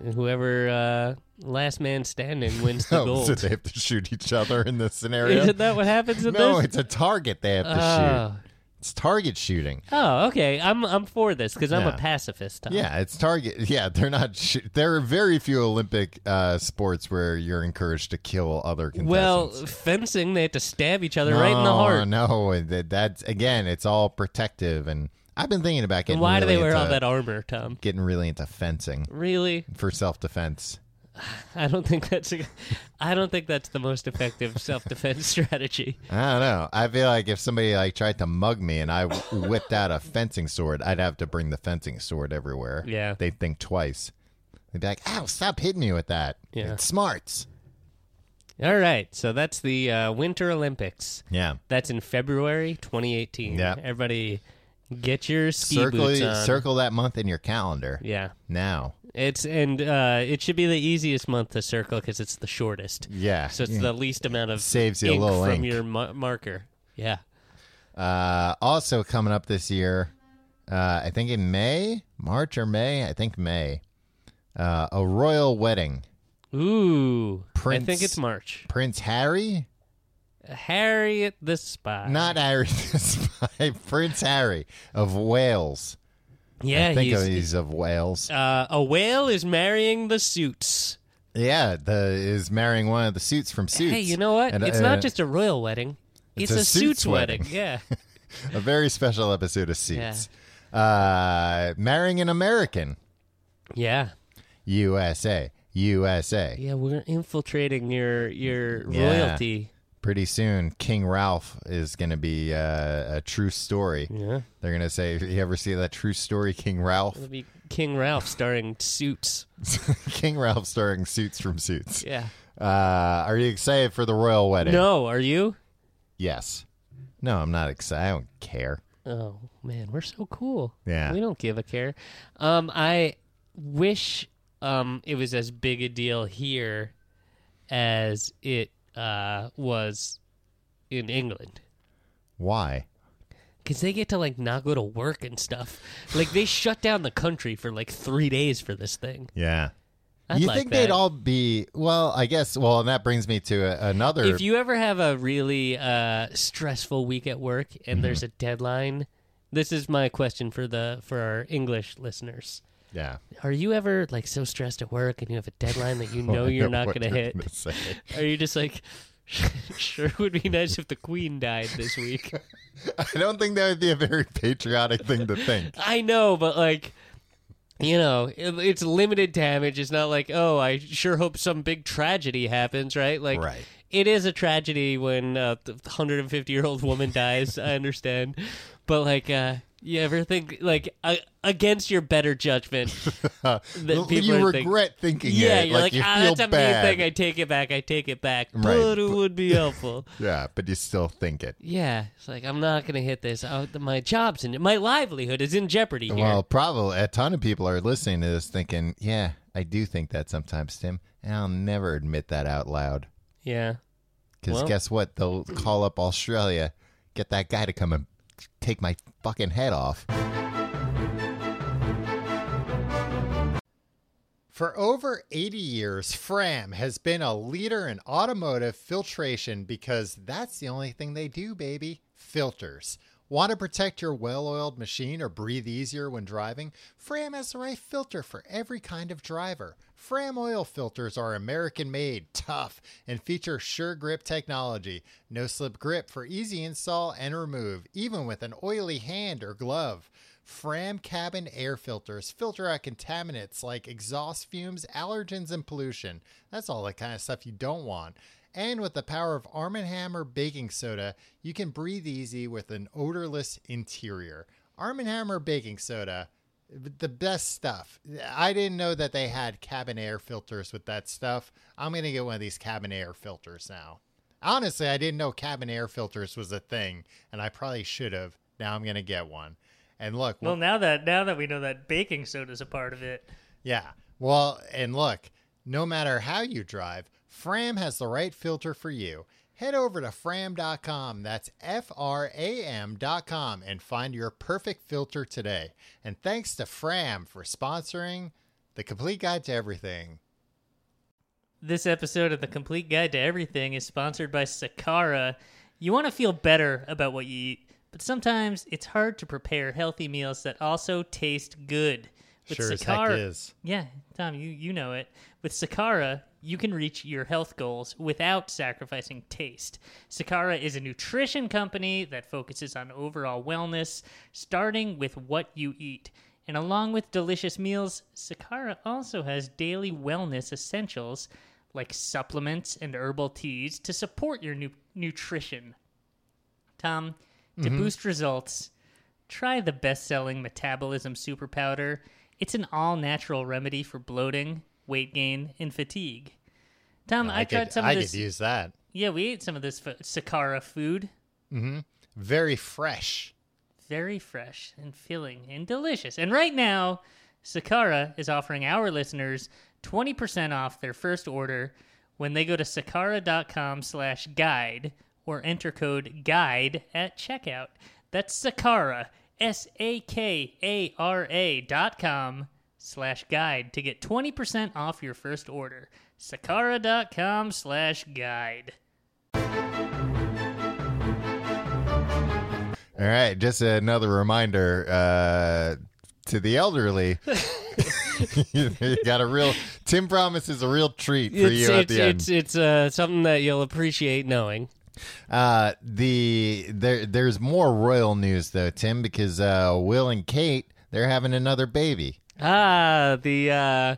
And Whoever uh, last man standing wins <laughs> the Oh, so gold. they have to shoot each other in this scenario. <laughs> Isn't that what happens in no, this? it's a target they have to shoot. oh. It's target shooting. oh, okay. I'm I'm for this because I'm Yeah. a pacifist. Tom. Yeah, it's target. <laughs> Yeah, they're not. Sh- there are very few Olympic uh, sports where you're encouraged to kill other contestants. Well, fencing, they have to stab each other right in the No, heart. No, that, that's again, it's all protective. And I've been thinking about getting. And why do really they wear into, all that armor, Tom? Getting really into fencing Really? for self defense. I don't think that's a, I don't think that's the most effective self-defense <laughs> strategy. I don't know. I feel like if somebody like tried to mug me and I <laughs> whipped out a fencing sword, I'd have to bring the fencing sword everywhere. Yeah. They'd think twice. They'd be like, ow, stop hitting me with that. Yeah. It smarts. All right, so that's the uh, Winter Olympics. Yeah. That's in February 2018. Yeah. Everybody get your ski circle, boots on. circle that month in your calendar Yeah. now. It's and uh, it should be the easiest month to circle cuz it's the shortest. Yeah. So it's the least amount of Saves you a ink little from ink. your mar- marker. Yeah. uh, also coming up this year, uh, I think in May, March or May, I think May, uh, a royal wedding. Ooh. I Prince- think it's March. Prince Harry, Harriet the Spy. not Harry, <laughs> by Prince Harry of Wales. yeah, I think he's, of he's of Wales. uh, a whale is marrying the suits. Yeah, the is marrying one of the suits from Suits. Hey, you know what? And, it's uh, not just a royal wedding. it's It's, a a, suits suits wedding. <laughs> Yeah. a very special episode of Suits. Uh, marrying an American, yeah. USA, USA. Yeah, we're infiltrating your your Yeah. royalty. Pretty soon, King Ralph is going to be uh, a true story. Yeah. They're going to say, "You ever see that true story, King Ralph? <laughs> It'll be King Ralph starring Suits. King Ralph starring Suits from Suits." Yeah. Uh, are you excited for the royal wedding? No, are you? Yes. No, I'm not excited. I don't care. Oh man, we're so cool. Yeah. We don't give a care. Um I wish um it was as big a deal here as it uh was in England. Why? Cause they get to like not go to work and stuff. Like they shut down the country for like three days for this thing. Yeah. I'd you like think that. they'd all be well? I guess. Well, and that brings me to a, another. If you ever have a really uh, stressful week at work Mm-hmm. and there's a deadline, this is my question for the for our English listeners. Yeah. Are you ever like so stressed at work and you have a <laughs> deadline that you <laughs> know you're Oh, not What going to you're hit? gonna say. Are you just like, <laughs> sure would be nice if the queen died this week? I don't think that would be a very patriotic thing to think. I know, but like, you know, it, it's limited damage. It's not like, oh, I sure hope some big tragedy happens, right? Like, Right. it is a tragedy when uh, the 150 year old woman dies. I understand, but like, uh, you ever think like a against your better judgment? people you are think- regret thinking yeah, it. you're like, you ah, feel that's a bad. mean thing. I take it back. I take it back. Right, But it would be helpful. yeah, but you still think it. Yeah, it's like I'm not gonna hit this. Oh, th- my job's in my livelihood is in jeopardy here. Well, probably a ton of people are listening to this thinking, yeah, I do think that sometimes, Tim, and I'll never admit that out loud. yeah, Because Well- guess what? They'll call up Australia, get that guy to come and take my fucking head off. For over 80 years, Fram has been a leader in automotive filtration because that's the only thing they do, baby. Filters. Want to protect your well oiled machine or breathe easier when driving? Fram has the right filter for every kind of driver. Fram oil filters are American made, tough, and feature sure grip technology. No slip grip for easy install and remove, even with an oily hand or glove. Fram cabin air filters filter out contaminants like exhaust fumes, allergens, and pollution. That's all the kind of stuff you don't want. And with the power of Arm & Hammer baking soda, you can breathe easy with an odorless interior. Arm & Hammer baking soda, the best stuff. I didn't know that they had cabin air filters with that stuff. I'm going to get one of these cabin air filters now. Honestly, I didn't know cabin air filters was a thing, and I probably should have. Now I'm going to get one. And look, Well, now that now that we know that baking soda's a part of it, Yeah. Well, and look, no matter how you drive, Fram has the right filter for you. Head over to fram.com, that's F R A M.com, and find your perfect filter today. And thanks to Fram for sponsoring the complete guide to everything. this episode of the Complete Guide to Everything is sponsored by Sakara. You want to feel better about what you eat, but sometimes it's hard to prepare healthy meals that also taste good. Sure as heck is. Yeah, Tom, you, you know it. With Sakara, you can reach your health goals without sacrificing taste. Sakara is a nutrition company that focuses on overall wellness, starting with what you eat. And along with delicious meals, Sakara also has daily wellness essentials like supplements and herbal teas to support your nu- nutrition. Tom, to Mm-hmm. boost results, try the best selling metabolism super powder. It's an all natural remedy for bloating, weight gain, and fatigue. Tom, Um, I, tried could, some I of this. could use that. Yeah, we ate some of this f- Sakara food. Mm-hmm. Very fresh. Very fresh and filling and delicious. And right now, Sakara is offering our listeners 20% off their first order when they go to sakara.com slash guide or enter code guide at checkout. That's Sakara, S-A-K-A-R-A dot com slash guide to get 20% off your first order. Sakara.com slash guide. All right, just another reminder uh, to the elderly. <laughs> you got a real Tim promises a real treat for it's you at it's the end. it's, it's uh, something that you'll appreciate knowing. Uh, the there there's more royal news though, Tim, because uh, Will and Kate they're having another baby. Ah, the uh,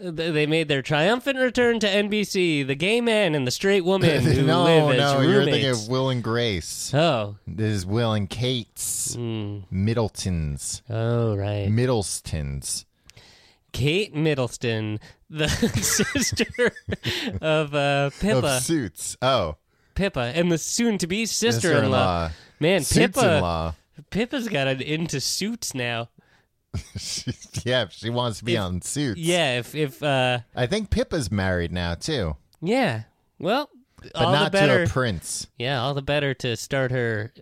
th- they made their triumphant return to NBC. The gay man and the <laughs> straight woman who no, live as no, you're thinking roommates. of Will and Grace. oh, This is Will and Kate's Hmm. Middletons, oh, right. Middletons. Kate Middleston, the <laughs> sister of uh, Pippa, Of suits. Oh, Pippa, and the soon-to-be sister-in-law. Sister-in-law. Man, Pippa, suits-in-law. Pippa's got an into suits now. <laughs> She- yeah, she wants to be If- on suits. Yeah, if if uh, I think Pippa's married now too, yeah, well, but all the not better. to a prince. Yeah, all the better to start her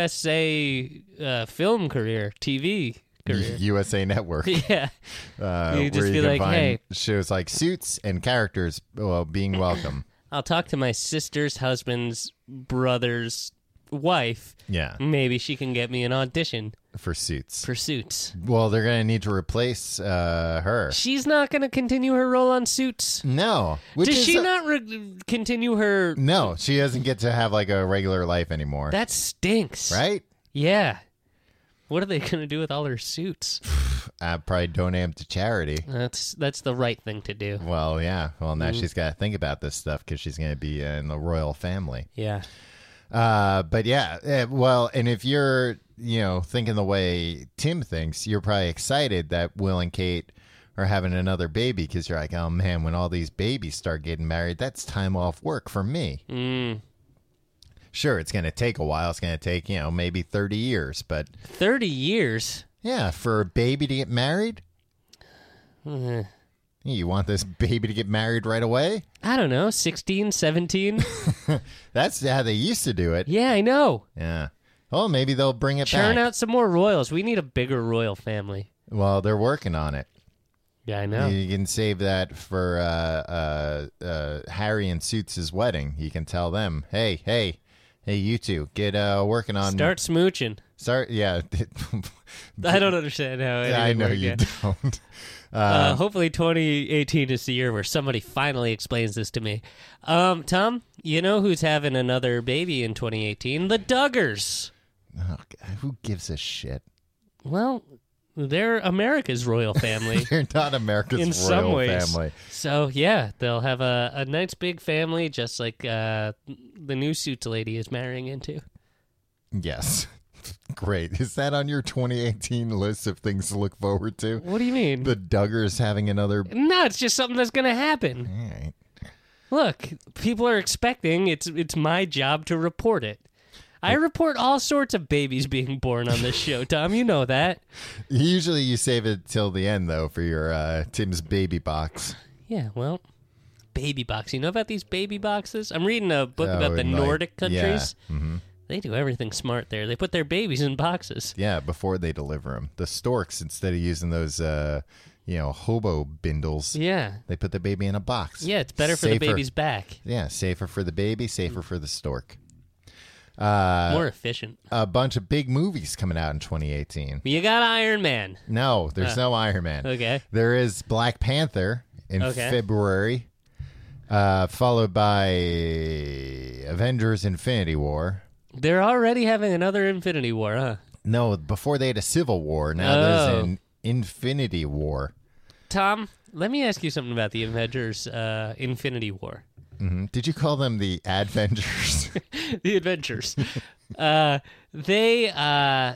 USA uh, film career, TV <laughs> career. USA Network. <laughs> yeah. uh, You just where you be can like, find "Hey." shows like Suits and <coughs> characters well, being welcome. I'll talk to my sister's husband's brother's wife, Yeah, Mm. maybe she can get me an audition for suits. for Suits. Well, they're gonna need to replace uh, her. She's not going to continue her role on Suits. No, which Does is she a- not re- continue her? No, she doesn't get to have like a regular life anymore. That stinks. right? Yeah. What are they going to do with all her suits? I probably donate them to charity. That's that's the right thing to do. Well, yeah. Well, Mm. now she's got to think about this stuff because she's going to be in the royal family. Yeah. Uh, but yeah, eh, well, and if you're, you know, thinking the way Tim thinks, you're probably excited that Will and Kate are having another baby because you're like, oh man, when all these babies start getting married, that's time off work for me. Mm. Sure, it's going to take a while. It's going to take, you know, maybe 30 years. But 30 years. yeah, for a baby to get married, Eh. you want this baby to get married right away? I don't know, 16, 17? That's how they used to do it. yeah, I know. Yeah. Oh, maybe they'll bring it Churn back. out some more royals. We need a bigger royal family. Well, they're working on it. Yeah, I know. You can save that for uh, uh, uh, Harry and Suits' wedding. You can tell them, hey, hey, hey, you two, get uh, working on Start <laughs> smooching. Start, yeah. <laughs> I don't understand how. it I even know worked you yet. don't. <laughs> Uh, hopefully, 2018 is the year where somebody finally explains this to me. Um, Tom, you know who's having another baby in 2018? The Duggars. Oh, God, who gives a shit? <laughs> Well, they're America's royal <laughs> family. They're not America's In royal some ways. family. so yeah, they'll have a, a nice big family, just like uh, the new suits lady is marrying into. Yes. <laughs> Great. Is that on your 2018 list of things to look forward <laughs> to? What do you mean? The Duggars having another. no, it's just something that's gonna happen. All right. Look, people are expecting. It's it's my job to report it. I report all sorts of babies being born on this show, Tom. You know that. Usually you save it till the end though for your uh, Tim's baby box. Yeah, well, baby box. You know about these baby boxes? I'm reading a book Oh, about the in, like, Nordic countries. Yeah, mhm. They do everything smart there. They put their babies in boxes. Yeah, before they deliver them, the storks instead of using those, uh, you know, hobo bindles, Yeah. they put the baby in a box. Yeah, it's better for the Safer- baby's Mm. back. Yeah, safer for the baby, safer for the stork. Uh, More efficient. a bunch of big movies coming out in 2018. You got Iron Man. No, there's no Iron Man. Uh, Okay. There is Black Panther in Okay. February, uh, followed by Avengers Infinity War. They're already having another Infinity War, huh? No, before they had a Civil War. Now Oh. there's an Infinity War. Tom, let me ask you something about the Avengers uh, Infinity War. hmm Did you call them the Adventures? <laughs> the adventures. uh, they uh,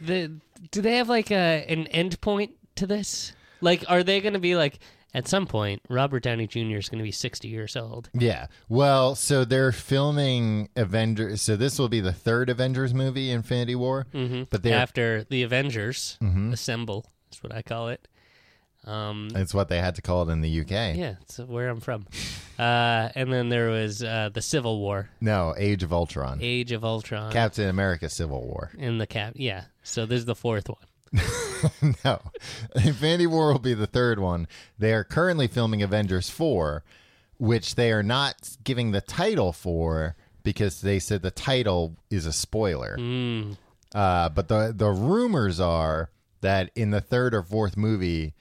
the do they have like a an end point to this? Like, are they going to be like at some point Robert Downey Jr. is going to be sixty years old? yeah. Well, so they're filming Avengers. So this will be the third Avengers movie, Infinity War. Mm-hmm. But they're After the Avengers assemble, that's what I call it. Um, it's what they had to call it in the UK. yeah, it's where I'm from. Uh, and then there was uh, the Civil War, No, Age of Ultron. Age of Ultron, Captain America Civil War. and the Cap. Yeah, so this is the fourth one. <laughs> no. Infinity War will be the third one. They are currently filming Avengers 4, which they are not giving the title for because they said the title is a spoiler. Uh, but the, the rumors are that in the third or fourth movie,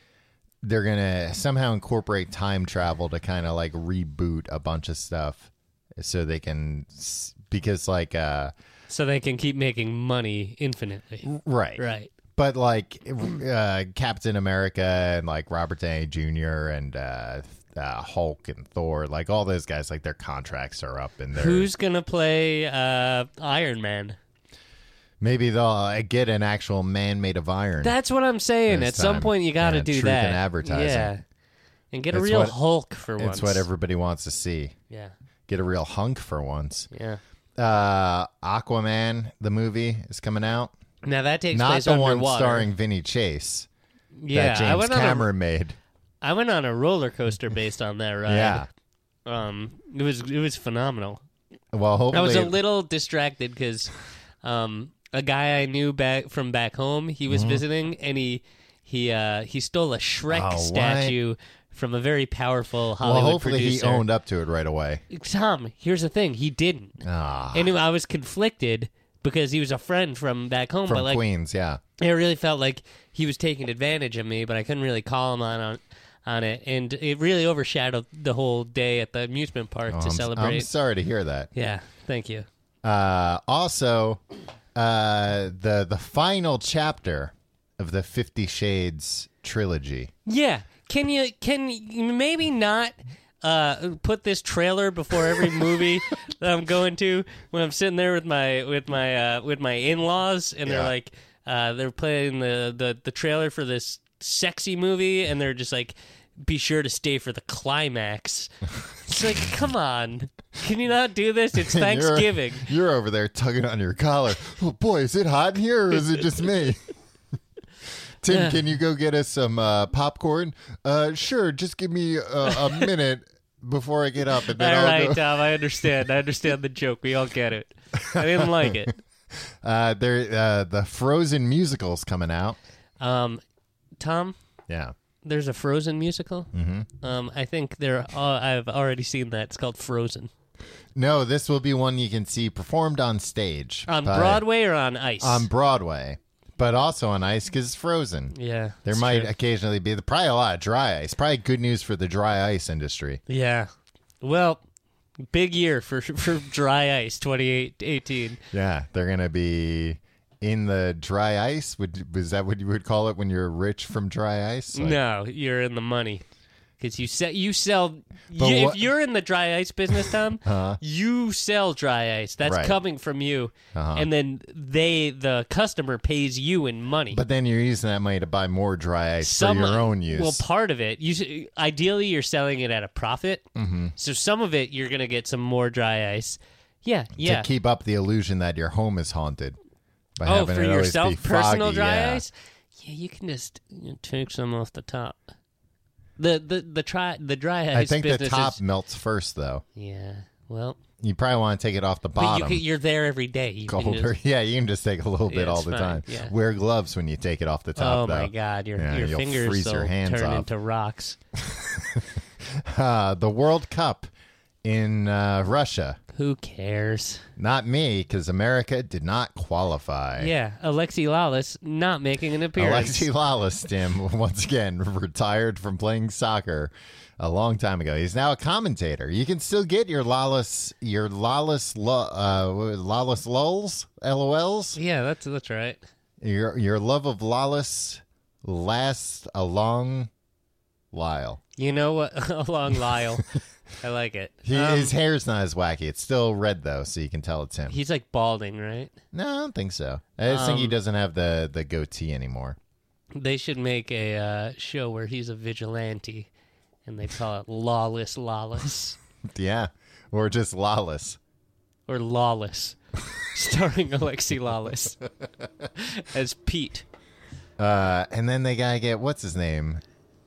they're going to somehow incorporate time travel to kind of like reboot a bunch of stuff so they can. s- Because, like, uh, So they can keep making money infinitely. right. Right. but like <clears throat> uh, Captain America and like Robert Downey Jr. and uh, uh, Hulk and Thor, like all those guys, like their contracts are up and they're Who's gonna play uh, Iron Man? maybe they'll uh, get an actual man made of iron. That's what I'm saying. This At some time. point, you got to Yeah, do truth that. in advertising. yeah, and get a It's real what- Hulk for once. it's what everybody wants to see. Yeah, Get a real hunk for once. yeah. Uh, Aquaman, the movie, is coming out. Now that takes Not place the one underwater. starring Vinny Chase yeah, that I James went On Cameron made. a, I went on a roller coaster based on that ride. Yeah. um, it was it was phenomenal. Well, hopefully, I was a little distracted because um, a guy I knew back from Mm-hmm. back home, he was visiting, and he he uh, he stole a Shrek Oh, what? statue from a very powerful Well, Hollywood hopefully producer. he owned up to it right away. Tom, here's the thing: he didn't. Ah, Anyway, I was conflicted because he was a friend from back home, from but like Queens, yeah. it really felt like he was taking advantage of me, but I couldn't really call him on on, on it, and it really overshadowed the whole day at the amusement park Oh, to I'm, celebrate. I'm sorry to hear that. yeah, thank you. Uh, also, uh, the the final chapter of the Fifty Shades trilogy. <laughs> Yeah, can you can you maybe not uh, put this trailer before <laughs> every movie that I'm going to when I'm sitting there with my with my uh, with my in laws and they're Yeah. like uh, they're playing the, the the trailer for this sexy movie and they're just like be sure to stay for <laughs> the climax. It's like come on, can you not do this? It's And <laughs> you're- Thanksgiving. You're, over there tugging on your collar. Oh boy, is it hot in here, or is it just me? <laughs> Tim, Yeah. can you go get us some uh, popcorn? Uh, sure. Just give me uh, a <laughs> minute before I get up, and then All I'll right, go. Tom, I understand. I understand the joke. We all get it. I didn't <laughs> like it. Uh, there, uh, the Frozen musical's coming out. Um, Tom. Yeah. there's a Frozen musical. Mm-hmm. Um, I think there. Uh, I've already seen that. It's called Frozen No, this will be one you can see performed on stage on by- Broadway or on ice. on Broadway, but also on ice because it's frozen. yeah, There it's might true. occasionally be probably a lot of dry ice. Probably good news for the dry ice industry. Yeah. Well, big year for <laughs> for dry ice 2018. Yeah, they're gonna be in the dry ice. Would is that what you would call it when you're rich from dry ice? Like- no, you're in the money. Because you sell, you sell. But you- what- Uh-huh. if you're in the dry ice <laughs> business, Tom, you sell dry ice. That's Right. Uh-huh. coming from you, and then they, the customer, pays you in money. But then you're using that money to buy more dry ice for your own use. Well, part of it, you s- ideally you're selling it at a profit. Mm-hmm. So some of it you're gonna get some more dry ice. Yeah, yeah. To keep up the illusion that your home is haunted. By oh, having for it always yourself, be personal foggy, dry yeah. ice. Yeah, you can just you know, take some off the top. The the the try the dry ice. I think the business top is- melts first, though. yeah. Well, You probably want to take it off the but bottom. you, can- you're there every day. You <laughs> can colder. just- yeah, you can just take a little Yeah, bit all it's the fine. time. Yeah. Wear gloves when you take it off the Oh top. though. my God! Your Yeah, your you'll fingers freeze your will hands turn off. into rocks. Uh, the World Cup in uh, Russia. Who cares? Not me, because America did not qualify. Yeah, Alexi Lawless not making an appearance. Alexi Lawless, Tim, <laughs> once again, retired from playing soccer a long time ago. He's now a commentator. You can still get your Lawless, your Lawless, lo- uh, Lawless lulls, LOLs. Yeah, that's that's right. Your your love of Lawless lasts a long while. You know what? <laughs> Along Lyle, I like it. <laughs> He, Um, his hair's not as wacky. It's still red though, so you can tell it's him. he's like balding, right? no, I don't think so. I just think he Um, doesn't have the the goatee anymore. They should make a uh, show where he's a vigilante, and they call it Lawless Lawless <laughs> Yeah, or just lawless. or Lawless, <laughs> starring <laughs> Alexi Lawless as Pete. Uh, and then they gotta get what's his name?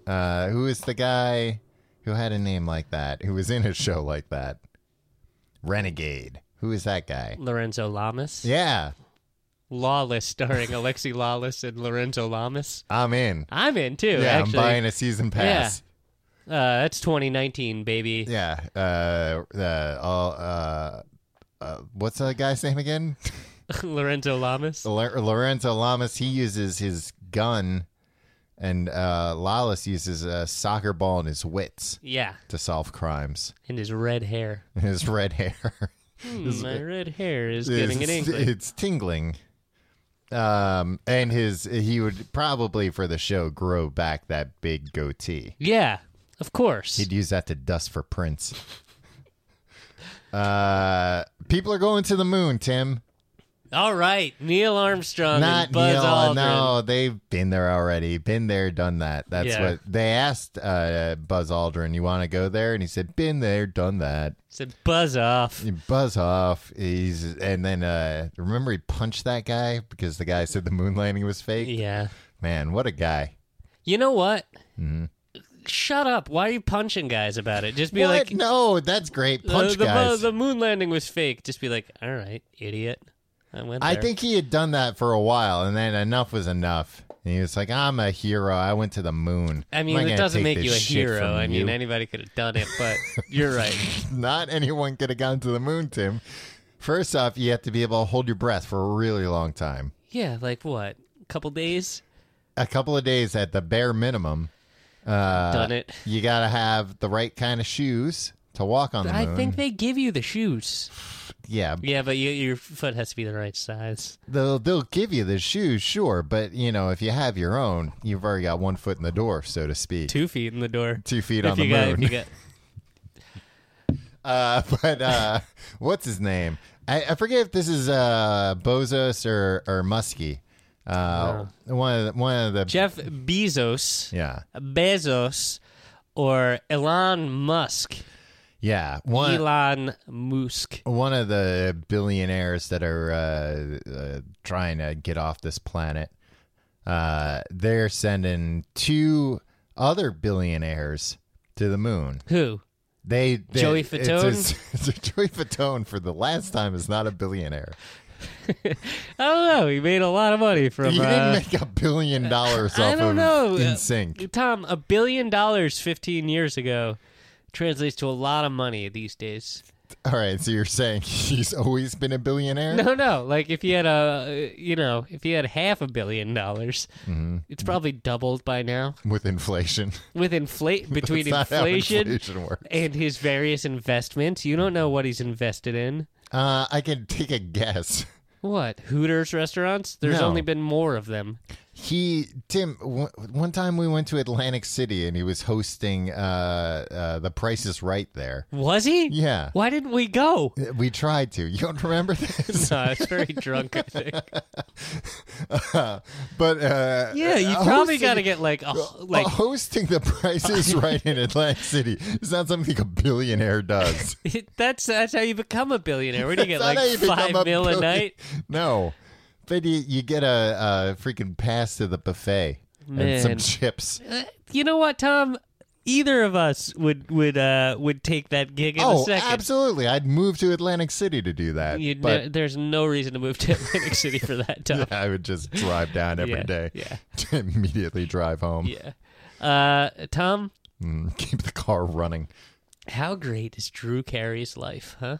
Uh, who is the guy who had a name like that? Who was in a show like that? Renegade. Who is that guy? Lorenzo Lamas. Yeah, Lawless, starring Alexi Lawless and Lorenzo Lamas. I'm in. I'm in too. Yeah, actually, I'm buying a season pass. uh, that's 2019, baby. Yeah. Uh, uh, all, uh, uh, what's that guy's name again? <laughs> <laughs> Lorenzo Lamas. Lor- Lorenzo Lamas, he uses his gun, and uh, Lawless uses a soccer ball and his wits Yeah, to solve crimes. <laughs> and his red hair. His red hair Hmm, my red hair is is <laughs> getting an inkling. it's tingling. Um, and his he would probably for the show grow back that big goatee. Yeah, of course. He'd use that to dust for prints. <laughs> Uh, people are going to the moon, Tim. All right, Neil Armstrong Not and Buzz Neil. uh, Aldrin. No, they've been there already. Been there, done that. That's Yeah. what they asked uh, Buzz Aldrin. You want to go there? And he said, "Been there, done that." Said buzz off. He buzz off. He's and then uh, remember he punched that guy because the guy said the moon landing was fake. Yeah. Man, what a guy! You know what? Mm-hmm. Shut up. Why are you punching guys about it? Just be what? like, no, that's great. "Uh, Punch the, bu- guys. the moon landing was fake. Just be like, all right, idiot. I went. I there. think he had done that for a while, and then enough was enough. And he was like, "I'm a hero. I went to the moon." I I'm mean, not it gonna doesn't take make this you a shit hero. from I mean, you." anybody could have done it, <laughs> but you're right. not anyone could have gone to the moon, Tim. First off, you have to be able to hold your breath for a really long time. Yeah, like what? Couple days, A couple of days at the bare minimum. Uh, done it. You got to have the right kind of shoes to walk on the I moon. think they give you the shoes. yeah, Yeah, but you, your foot has to be the right size. they'll they'll give you the shoes, sure, but you know if you have your own, you've already got one foot in the door, so to speak. Two feet in the door. Two feet if on you the got, moon. If you got, <laughs> Uh, but uh, what's his name? I, I forget if this is uh, Bozos or or Muskie. Uh, one of the, one of the Jeff Bezos, Yeah, Bezos, or Elon Musk, yeah. One Elon Musk. one of the billionaires that are uh, uh, trying to get off this planet. Uh, they're sending two other billionaires to the moon. Who? They, they Joey it's Fatone? a- <laughs> it's a Joey Fatone for the last time is not a billionaire. I don't know. He made a lot of money from. You uh, didn't make a billion dollars off I don't of know. In Sync. Tom, a billion dollars 15 years ago translates to a lot of money these days. <laughs> All right, so you're saying he's always been a billionaire? No, no. Like if you had a, you know, if you had half a billion dollars, Mm-hmm. it's probably doubled by now With inflation. <laughs> with inflate between That's not how inflation inflation works. and his various investments. You don't know what he's invested in. Uh, I can take a guess. What Hooters restaurants? There's No. only been more of them. He Tim w- one time we went to Atlantic City and he was hosting uh, uh the Price is Right there. Was he? Yeah. Why didn't <laughs> we go? <laughs> We tried to. You don't remember this? No, I was very drunk. <laughs> I think. but uh Yeah, you uh, probably hosting- got to get like a like <laughs> uh, hosting the Price is Right in Atlantic City is not something a billionaire <laughs> does. that's that's how you become a billionaire. Where do you get That's not like how you become five mil billion- a night? No, but you, you get a, a freaking pass to the buffet and some Man. chips. Uh, You know what, Tom? Either of us would would uh would take that gig in a oh, second. absolutely! I'd move to Atlantic City to do that, You'd but ne- there's no reason to move to Atlantic City <laughs> for that, Tom. I would just drive down every Yeah, day yeah. <laughs> to immediately drive home. Yeah. Uh, Tom, Mm, keep the car running. how great is Drew Carey's life, huh?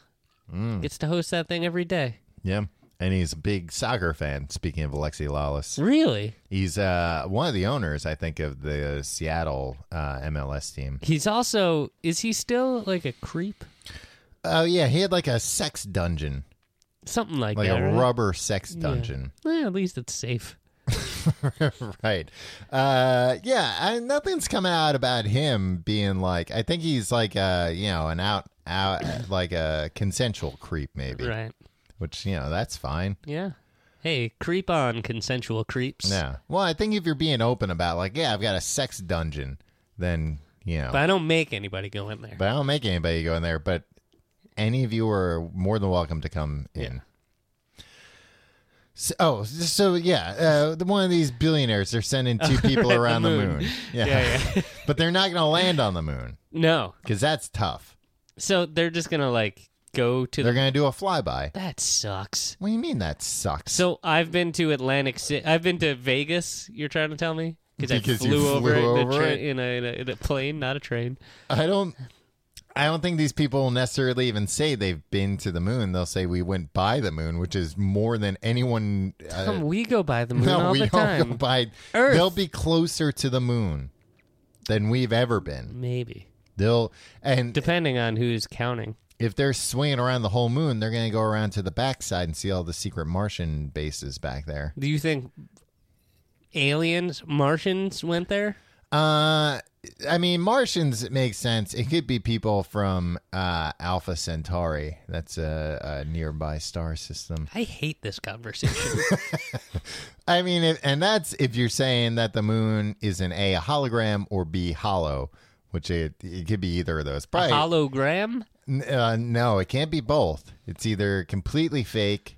Mm. Gets to host that thing every day. Yeah. And he's a big soccer fan. Speaking of Alexi Mm. Lawless, Really? he's uh, one of the owners, I think, of the Seattle uh, MLS team. He's also is he still like a creep? Oh yeah, he had like a sex dungeon, Something like, like that. a right? rubber sex dungeon. <laughs> Well, at least it's safe. right. Uh, yeah, I, nothing's come out about him being like. I think he's like uh, you know an out out like a consensual creep maybe, Right. which you know that's fine. Yeah. Hey, creep on, consensual creeps. Yeah. Well, I think if you're being open about like, yeah, I've got a sex dungeon, then you know. But I don't make anybody go in there. but I don't make anybody go in there. But any of you are more than welcome to come in. So, oh, so yeah, uh, the- one of these billionaires, they're sending two <laughs> people around the moon. moon. yeah, yeah. <laughs> but they're not going to land on the moon <laughs> No. because that's tough. So they're just gonna like go to They're the. going to do a flyby. That sucks. What do you mean that sucks? So I've been to Atlantic City. I've been to Vegas. You're trying to tell me Because I you flew, over, flew it, in, a over tra- it? In, a, in, a, in a plane, not a train. I don't. I don't think these people necessarily even say they've been to the moon. They'll say we went by the moon, which is more than anyone. Uh, <laughs> Come, we go by the moon no, all we the don't time. go <laughs> by. Earth. They'll be closer to the moon than we've ever been. Maybe They'll and depending on who's counting. if they're swinging around the whole moon, they're going to go around to the backside and see all the secret Martian bases back there. Do you think aliens, Martians, went there? Uh, I mean, Martians it makes sense. It could be people from uh, Alpha Centauri. That's a, a nearby star system. I hate this <laughs> conversation. I mean, if, and that's if you're saying that the moon is an A, a hologram, or B, hollow, which it, it could be either of those. Probably, Hologram. n- uh, no, it can't be both. It's either completely fake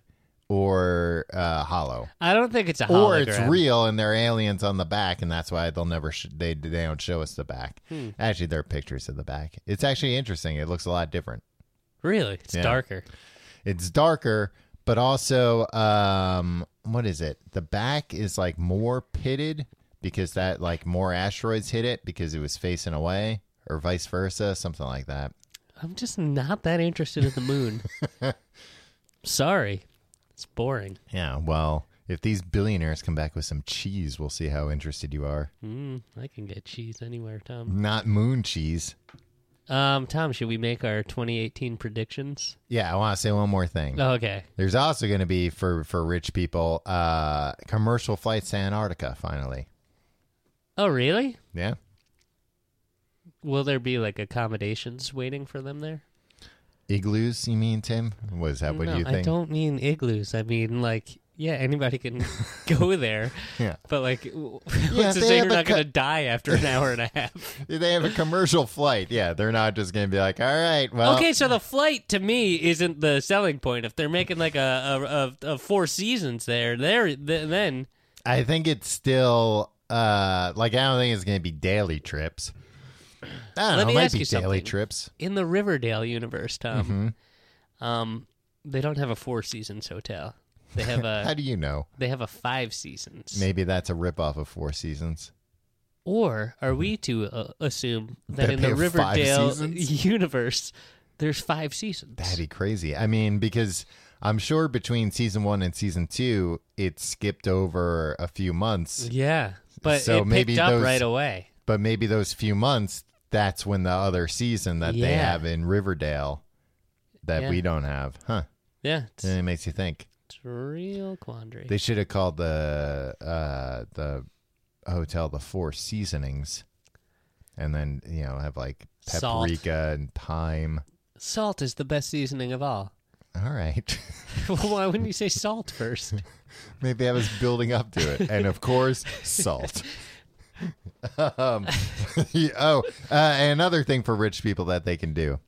or uh, hollow, I don't think it's a hologram. or it's real and they're aliens on the back, and that's why they'll never sh- they they don't show us the back. Hmm. Actually, there are pictures of the back. It's actually interesting. It looks a lot different. Really, it's Yeah. darker. It's darker, but also um, what is it? The back is like more pitted because that like more asteroids hit it because it was facing away, or vice versa, something like that. I'm just not that interested in the moon. <laughs> Sorry. It's boring. Yeah, well, if these billionaires come back with some cheese, we'll see how interested you are. Mm, I can get cheese anywhere, Tom. Not moon cheese. Um, Tom, should we make our 2018 predictions? Yeah, I want to say one more thing. Okay. There's also going to be for for rich people, uh, commercial flights to Antarctica. Finally, Oh, really? yeah. Will there be like accommodations waiting for them there? Igloos, you mean Tim? Was that what no, you think? I don't mean igloos. I mean like yeah, anybody can <laughs> go there. Yeah. But like, w- <laughs> Yeah, what's to they say have you're a not co- going to die after an hour and a half? They have a commercial flight. Yeah, they're not just going to be like, all right, <laughs> well, okay, so the flight to me isn't the selling point. If they're making like a a, a, a four seasons there, there th- then I think it's still uh like I don't think it's going to be daily trips. I don't Let know. me It might ask be you daily something. trips. in the Riverdale universe, Tom, Mm-hmm. um, they don't have a four seasons hotel. They <laughs> have How a do you know? they have a five seasons. Maybe that's a ripoff of Four Seasons. Or are we to uh, assume that Hmm. That in they the have five Riverdale seasons? <laughs> universe, there's five seasons? That'd be crazy. I mean, because I'm sure between season one and season two, it skipped over a few months. yeah, but So it maybe picked up those- right away. But maybe those few months, that's when the other season that they Yeah. have in Riverdale that Yeah. we don't have, huh? Yeah, it's, And it makes you think. it's a real quandary. They should have called the uh, the hotel the Four Seasonings, and then you know have like Salt. paprika and thyme. salt is the best seasoning of all. <laughs> All right, <laughs> Why wouldn't you say salt first? maybe I was building up to it, and of course salt. <laughs> um, <laughs> oh, uh, and another thing for rich people that they can do,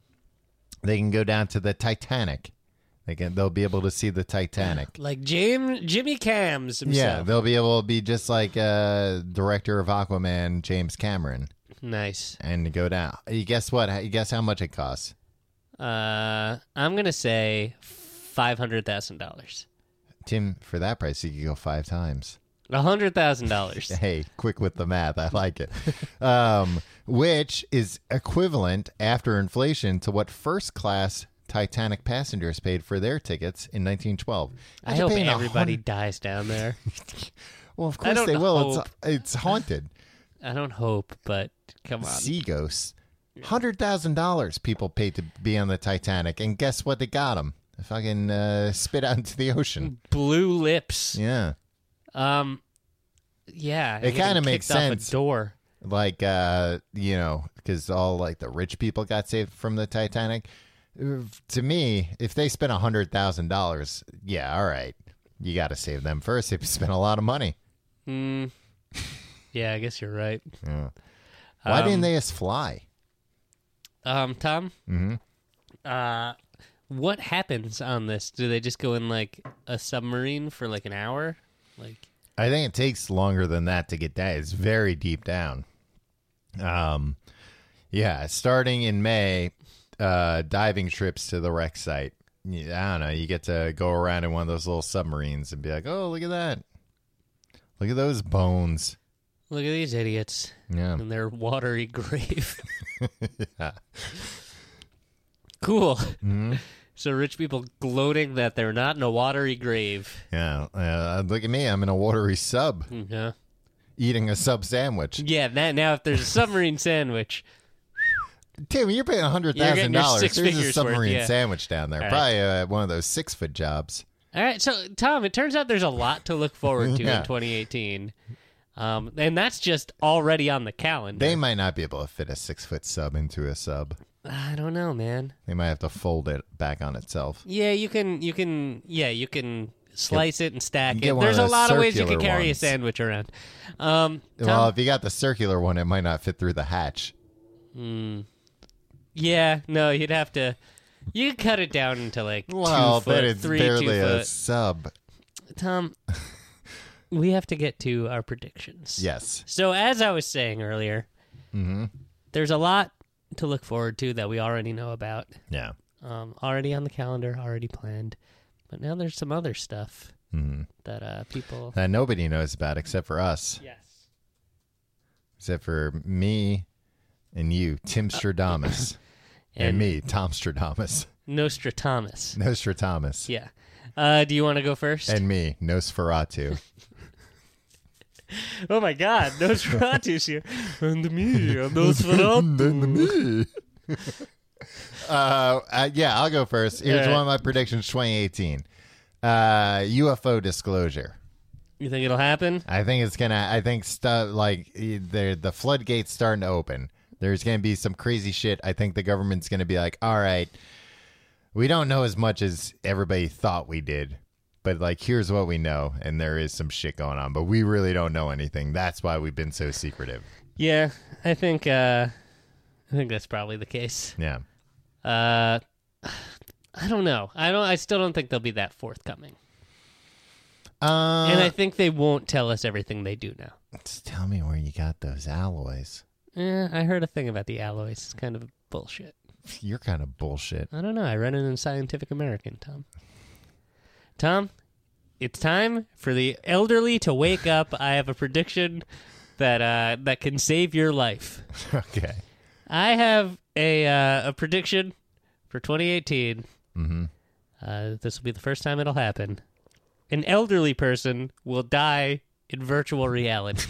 they can go down to the Titanic. They can they'll be able to see the Titanic. like Jim Jimmy Cams Yeah, himself. they'll be able to be just like uh, director of Aquaman, James Cameron. nice. and go down. You guess what? You guess how much it costs? Uh, I'm gonna say five hundred thousand dollars. Tim, for that price, you could go five times. A hundred <laughs> thousand dollars. Hey, quick with the math. I like <laughs> it. um, which is equivalent after inflation to what first class Titanic passengers paid for their tickets in 1912. I Imagine hope paying a everybody hun- dies <laughs> down there. well, of I course don't they will. hope. It's it's haunted. <laughs> I don't hope, but come on. sea ghosts. Hundred thousand dollars people paid to be on the Titanic, and guess what? They got them. Fucking uh, spit out into the ocean. Blue lips. Yeah. Um, yeah. It getting kinda makes kicked off a sense. door. like uh you know because all like the rich people got saved from the titanic Uh, to me if they spent a hundred thousand dollars yeah all right you got to save them first if you spent a lot of money Mm. Yeah, I guess you're right. why Um, didn't they just fly Um, Tom. Mhm. Uh, what happens on this? Do they just go in like a submarine for like an hour? Like, i think it takes longer than that to get down it's very deep down um yeah starting in may uh diving trips to the wreck site Yeah, i don't know you get to go around in one of those little submarines and be like oh look at that look at those bones look at these idiots Yeah. in their <laughs> watery grave. <laughs> Cool. Mm-hmm. So rich people gloating that they're not in a watery grave. Yeah. Uh, look at me. I'm in a watery sub Yeah. eating a sub sandwich. Mm-hmm. Yeah, that now if there's a submarine sandwich, Tim, you're paying $100,000. You're getting your There's six a figures worth, submarine yeah. sandwich down there. All right. Probably uh, one of those six foot jobs. All right, so Tom, it turns out there's a lot to look forward <laughs> to Yeah. in 2018, um, and that's just already on the calendar. They might not be able to fit a six foot sub into a sub. I don't know, man. They might have to fold it back on itself. Yeah, you can, you can, yeah, you can slice it and stack get it. one of There's a those lot of ways you can circular carry ones. a sandwich around. Um, Tom, Well, if you got the circular one, it might not fit through the hatch. yeah, no, you'd have to. You could cut it down into like Well, two but foot, it's three two barely a foot. sub. <laughs> Tom, we have to get to our predictions. Yes. Mm-hmm. So as I was saying earlier, there's a lot to look forward to that we already know about, Yeah. um, already on the calendar, already planned. But now there's some other stuff Mhm. that uh, people. that nobody knows about except for us, Yes. except for me and you, Tim <laughs> Stradamus, and, me, Tom Stradamus, <laughs> Nostradamus. Nostradamus, Yeah. Uh, do you want to go first? and me, Nosferatu. oh my God, <laughs> Nosferatu's here. and me, and Nosferatu. uh, uh, yeah, I'll go first. Here's All right. one of my predictions 2018. Uh, UFO disclosure. you think it'll happen? I think it's gonna. I think stuff like the the floodgates starting to open. There's gonna be some crazy shit. I think the government's gonna be like, all right, we don't know as much as everybody thought we did, but like here's what we know, and there is some shit going on, but we really don't know anything. That's why we've been so secretive. Yeah, I think. Uh, I think that's probably the case. Yeah. Uh, I don't know. I don't. I still don't think they'll be that forthcoming. Uh, and I think they won't tell us everything they do now. just tell me where you got those alloys. <laughs> Eh, I heard a thing about the alloys. It's kind of bullshit. You're kind of bullshit. <laughs> I don't know. I read it in Scientific American, Tom. Tom, it's time for the elderly to wake up. I have a prediction that uh, that can save your life. okay. I have a uh, a prediction for 2018. Mm-hmm. Uh, this will be the first time it'll happen. An elderly person will die in virtual reality.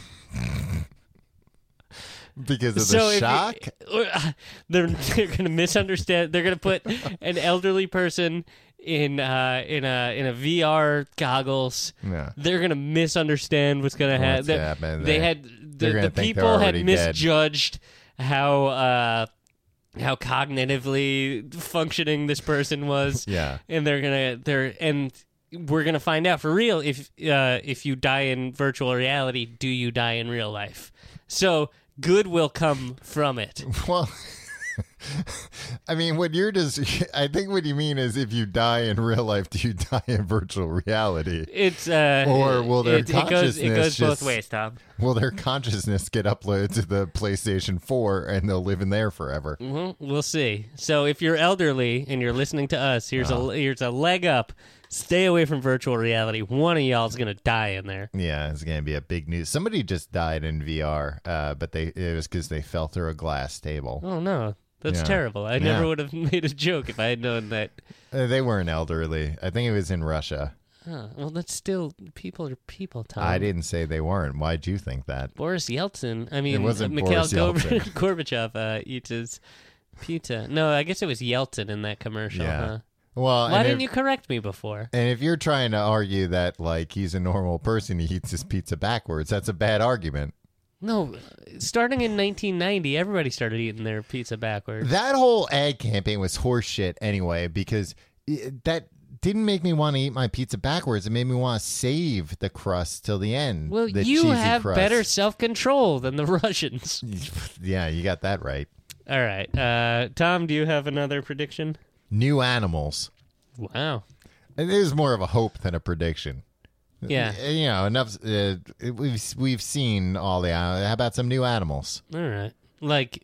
Because of so the if you- shock. uh, <laughs> they're they're going to misunderstand. They're going to put an elderly person in uh, in a in a VR goggles. Yeah. They're going to misunderstand what's going to happen. What's happening They there. had They're the, gonna the think they're people had already dead. misjudged how uh, how cognitively functioning this person was. Yeah. and they're gonna they're and we're gonna find out for real if uh, if you die in virtual reality, do you die in real life? So good will come from it. Well, <laughs> I mean, what you're just, <laughs> I think what you mean is if you die in real life, <laughs> do you die in virtual reality? It's uh, <laughs> Or will their it, it goes it consciousness goes both just- ways, Tom. Will their consciousness get uploaded to the PlayStation 4 and they'll live in there forever? hmm We'll see. So if you're elderly and you're listening to us, here's a here's a leg up. Stay away from virtual reality. One of y'all's gonna die in there. Yeah, it's going to be a big news. Somebody just died in VR, uh, but they it was because they fell through a glass table. Oh no. That's Yeah. terrible. I never Yeah. would have <laughs> made a joke if I had known that. Uh, they weren't elderly. I think it was in Russia. Huh. Well, that's still people are people, Tom. I didn't say they weren't. Why'd you think that? Boris Yeltsin. I mean, wasn't Mikhail Boris Yeltsin. Gor- <laughs> Gorbachev uh, eats his pizza. No, I guess it was Yeltsin in that commercial. Yeah. Huh? Well, Why and didn't if- you correct me before? And if you're trying to argue that like he's a normal person, he eats his pizza backwards, that's a bad argument. No, starting in 1990, everybody started eating their pizza backwards. That whole ad campaign was horseshit anyway because it, that didn't make me want to eat my pizza backwards. It made me want to save the crust till the end. Well, the you cheesy have crust. <laughs> better self control than the <laughs> Russians. Yeah, you got that right. All right. Uh, Tom, do you have another prediction? New animals. Wow. And it is more of a hope than a prediction. Yeah. Uh, You know, enough. Uh, we've we've seen all the. Uh, how about some new animals? All right. Like,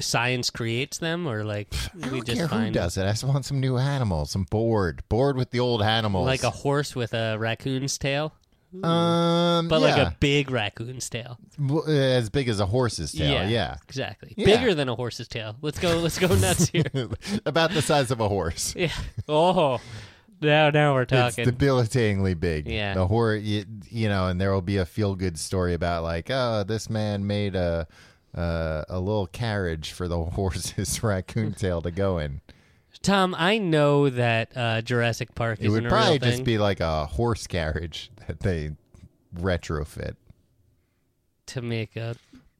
science creates them, or like, I we don't just care who find does it. I just want some new animals. I'm bored. Bored with the old animals. like a horse with a raccoon's tail? um, but like yeah. a big raccoon's tail. W- uh, as big as a horse's tail. Yeah, <laughs> exactly. Yeah. Bigger than a horse's tail. Let's go. Let's go nuts here. about the size of a horse. yeah. <laughs> Oh, now now we're It's <laughs> talking. debilitatingly big. Yeah. the horror. You, you know, and there will be a feel good story about like, oh, this man made a uh, a little carriage for the <laughs> horse's <laughs> raccoon tail to go in. Tom, I know that uh, Jurassic Park It isn't would a probably real thing. just be like a horse carriage <laughs> that they retrofit. to make a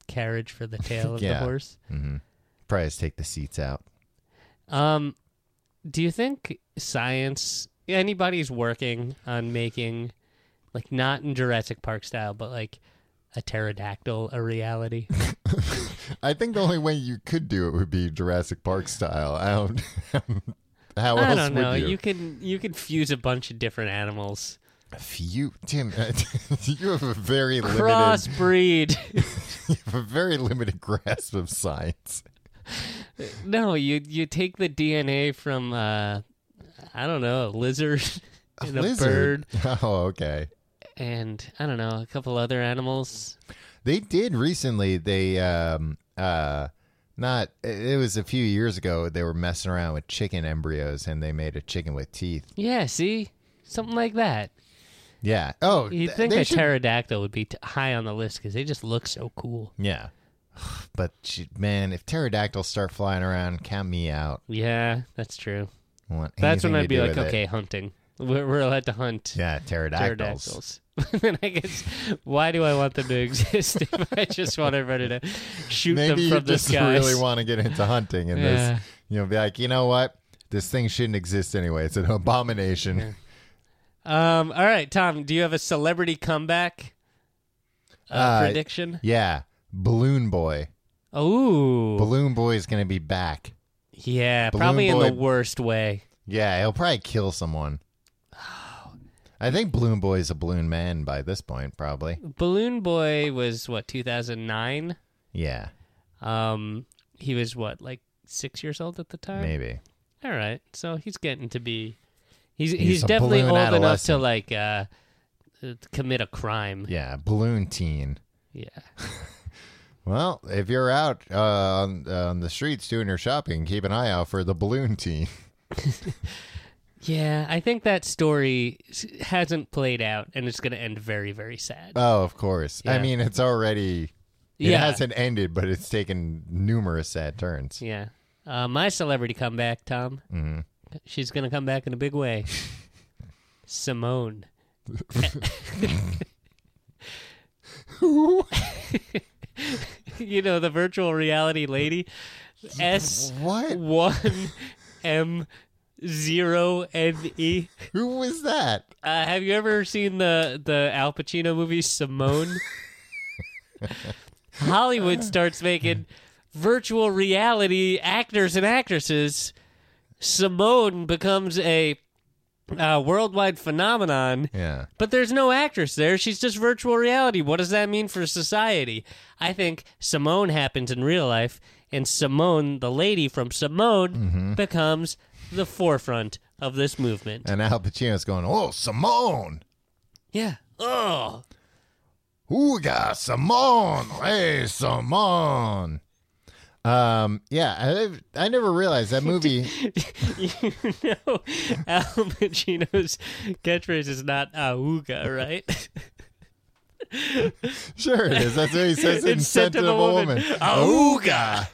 carriage for the tail of Yeah. the horse. Mm-hmm. Probably just take the seats out. Um, do you think science? Anybody's working on making, like, not in Jurassic Park style, but like a pterodactyl a reality. I think the only way you could do it would be Jurassic Park style. I don't. <laughs> how else I don't know. would you? can you can fuse a bunch of different animals. Few, Tim. <laughs> you have a very limited, Crossbreed. <laughs> you have a very limited grasp of science. no, you you take the DNA from uh I don't know, a lizard A and a lizard. <laughs> Oh, okay. and I don't know a couple other animals. They did recently. They um uh not it was a few years ago they were messing around with chicken embryos and they made a chicken with teeth. Yeah, see, something like that. Yeah. Oh, You'd th- think they a should- pterodactyl would be t- high on the list because they just look so cool. Yeah. <sighs> But she- man, if pterodactyls start flying around, count me out. Yeah, that's true. I want That's anything when to I'd be do like, with it. okay, hunting. We're, we're allowed to hunt Yeah, pterodactyls. pterodactyls. <laughs> then I guess, why do I want them to <laughs> exist if I just want everybody to shoot Maybe them you from the just sky? really want to get into hunting, and Yeah. this you know, be like, you know what? This thing shouldn't exist anyway. It's an abomination. um, all right, Tom, do you have a celebrity comeback uh, Uh, prediction? Yeah, Balloon Boy. Ooh, Balloon Boy is gonna be back. yeah, Balloon probably in the Boy- worst way. Yeah, he'll probably kill <sighs> someone. I think Balloon Boy's a balloon man by this point, probably. Balloon Boy was what 2009. Yeah, Um, he was what like six years old at the time. maybe. All right, so he's getting to be, he's he's, a definitely balloon old enough to adolescent. like uh, uh, commit a crime. Yeah, balloon teen. Yeah. Well, if you're out uh, on, on the streets doing your shopping, keep an eye out for the balloon teen. Yeah, I think that story s- hasn't played out, and it's going to end very, very sad. Oh, of course. I Yeah. mean, it's already. It Yeah. hasn't ended, but it's taken numerous sad turns. yeah, uh, my celebrity comeback, Tom. Mm-hmm. She's going to come back in a big way. Simone. <laughs> you know the virtual reality lady. S What? one M zero N E. Who was that? Uh, have you ever seen the the Al Pacino movie Simone? Hollywood starts making virtual reality actors and actresses. Simone becomes a uh, worldwide phenomenon. Yeah. But there's no actress there. She's just virtual reality. What does that mean for society? I think Simone happens in real life, and Simone, the lady from Simone, becomes the forefront of this movement. And Al Pacino's going, oh, Simone. Yeah. Oh. Ooga, Simone. Hey, Simone. Um, yeah, I, I never realized that <laughs> movie. you know, <laughs> Al Pacino's catchphrase is not "auga," right? <laughs> sure, it is. That's what he says in It's Scent of a Woman. <laughs> Oh. Ooga.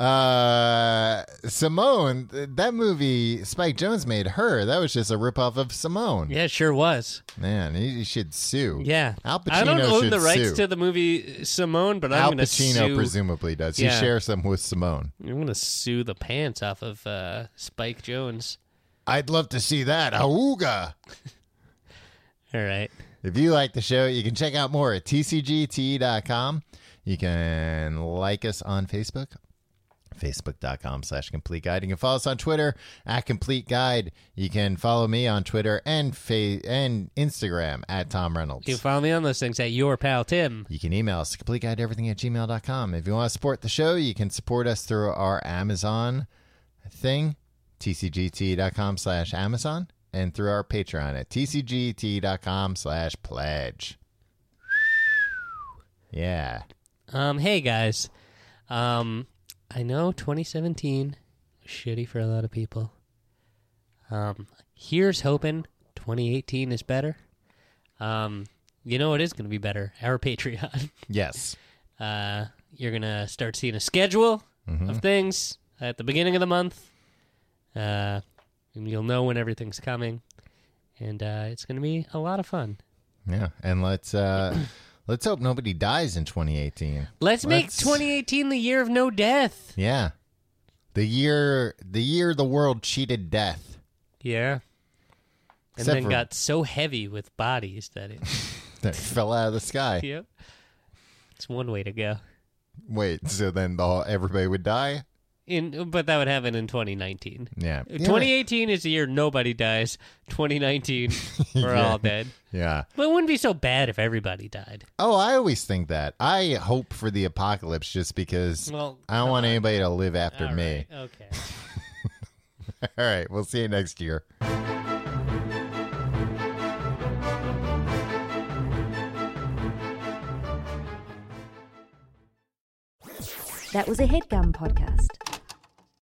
Uh, Simone, th- that movie Spike Jones made her. That was just a ripoff of Simone. yeah, sure was. Man, he, he should sue. Yeah. Al Pacino I don't own should the rights sue. to the movie uh, Simone, but Al I'm going to Pacino sue. presumably does. He Yeah. shares them with Simone. I'm going to sue the pants off of uh, Spike Jones. I'd love to see that. Auga. All right. If you like the show, you can check out more at tcgt.com. E You can like us on Facebook, facebook.com slash complete guide. You can follow us on Twitter at complete guide. You can follow me on Twitter and fa- and Instagram at Tom Reynolds. You can follow me on those things at your pal Tim. You can email us complete guide everything at gmail.com. If you want to support the show, you can support us through our Amazon thing, tcgt.com slash Amazon, and through our Patreon at tcgt.com slash pledge. Yeah. Um, hey guys, um, I know 2017 was shitty for a lot of people. Um, here's hoping 2018 is better. Um, you know it is going to be better. Our <laughs> Patreon. Yes. Uh, you're gonna start seeing a schedule of things at the beginning of the month. Uh, and you'll know when everything's coming, and uh, it's gonna be a lot of fun. Yeah. And let's uh <clears throat> let's hope nobody dies in 2018. Let's make Let's- 2018 the year of no death. Yeah. The year the year the world cheated death. <laughs> Yeah. And Except then for- got so heavy with bodies that it. <laughs> That fell out of the sky. yep. It's one way to go. Wait, so then the whole, everybody would die? In but that would happen in 2019. Yeah. Yeah, 2018 is the year nobody dies. <laughs> 2019, we're Yeah. all dead. Yeah. But it wouldn't be so bad if everybody died. Oh, I always think that. I hope for the apocalypse just because Well, I don't want anybody to live after All me. right, Okay. <laughs> All right. We'll see you next year. That was a headgum podcast.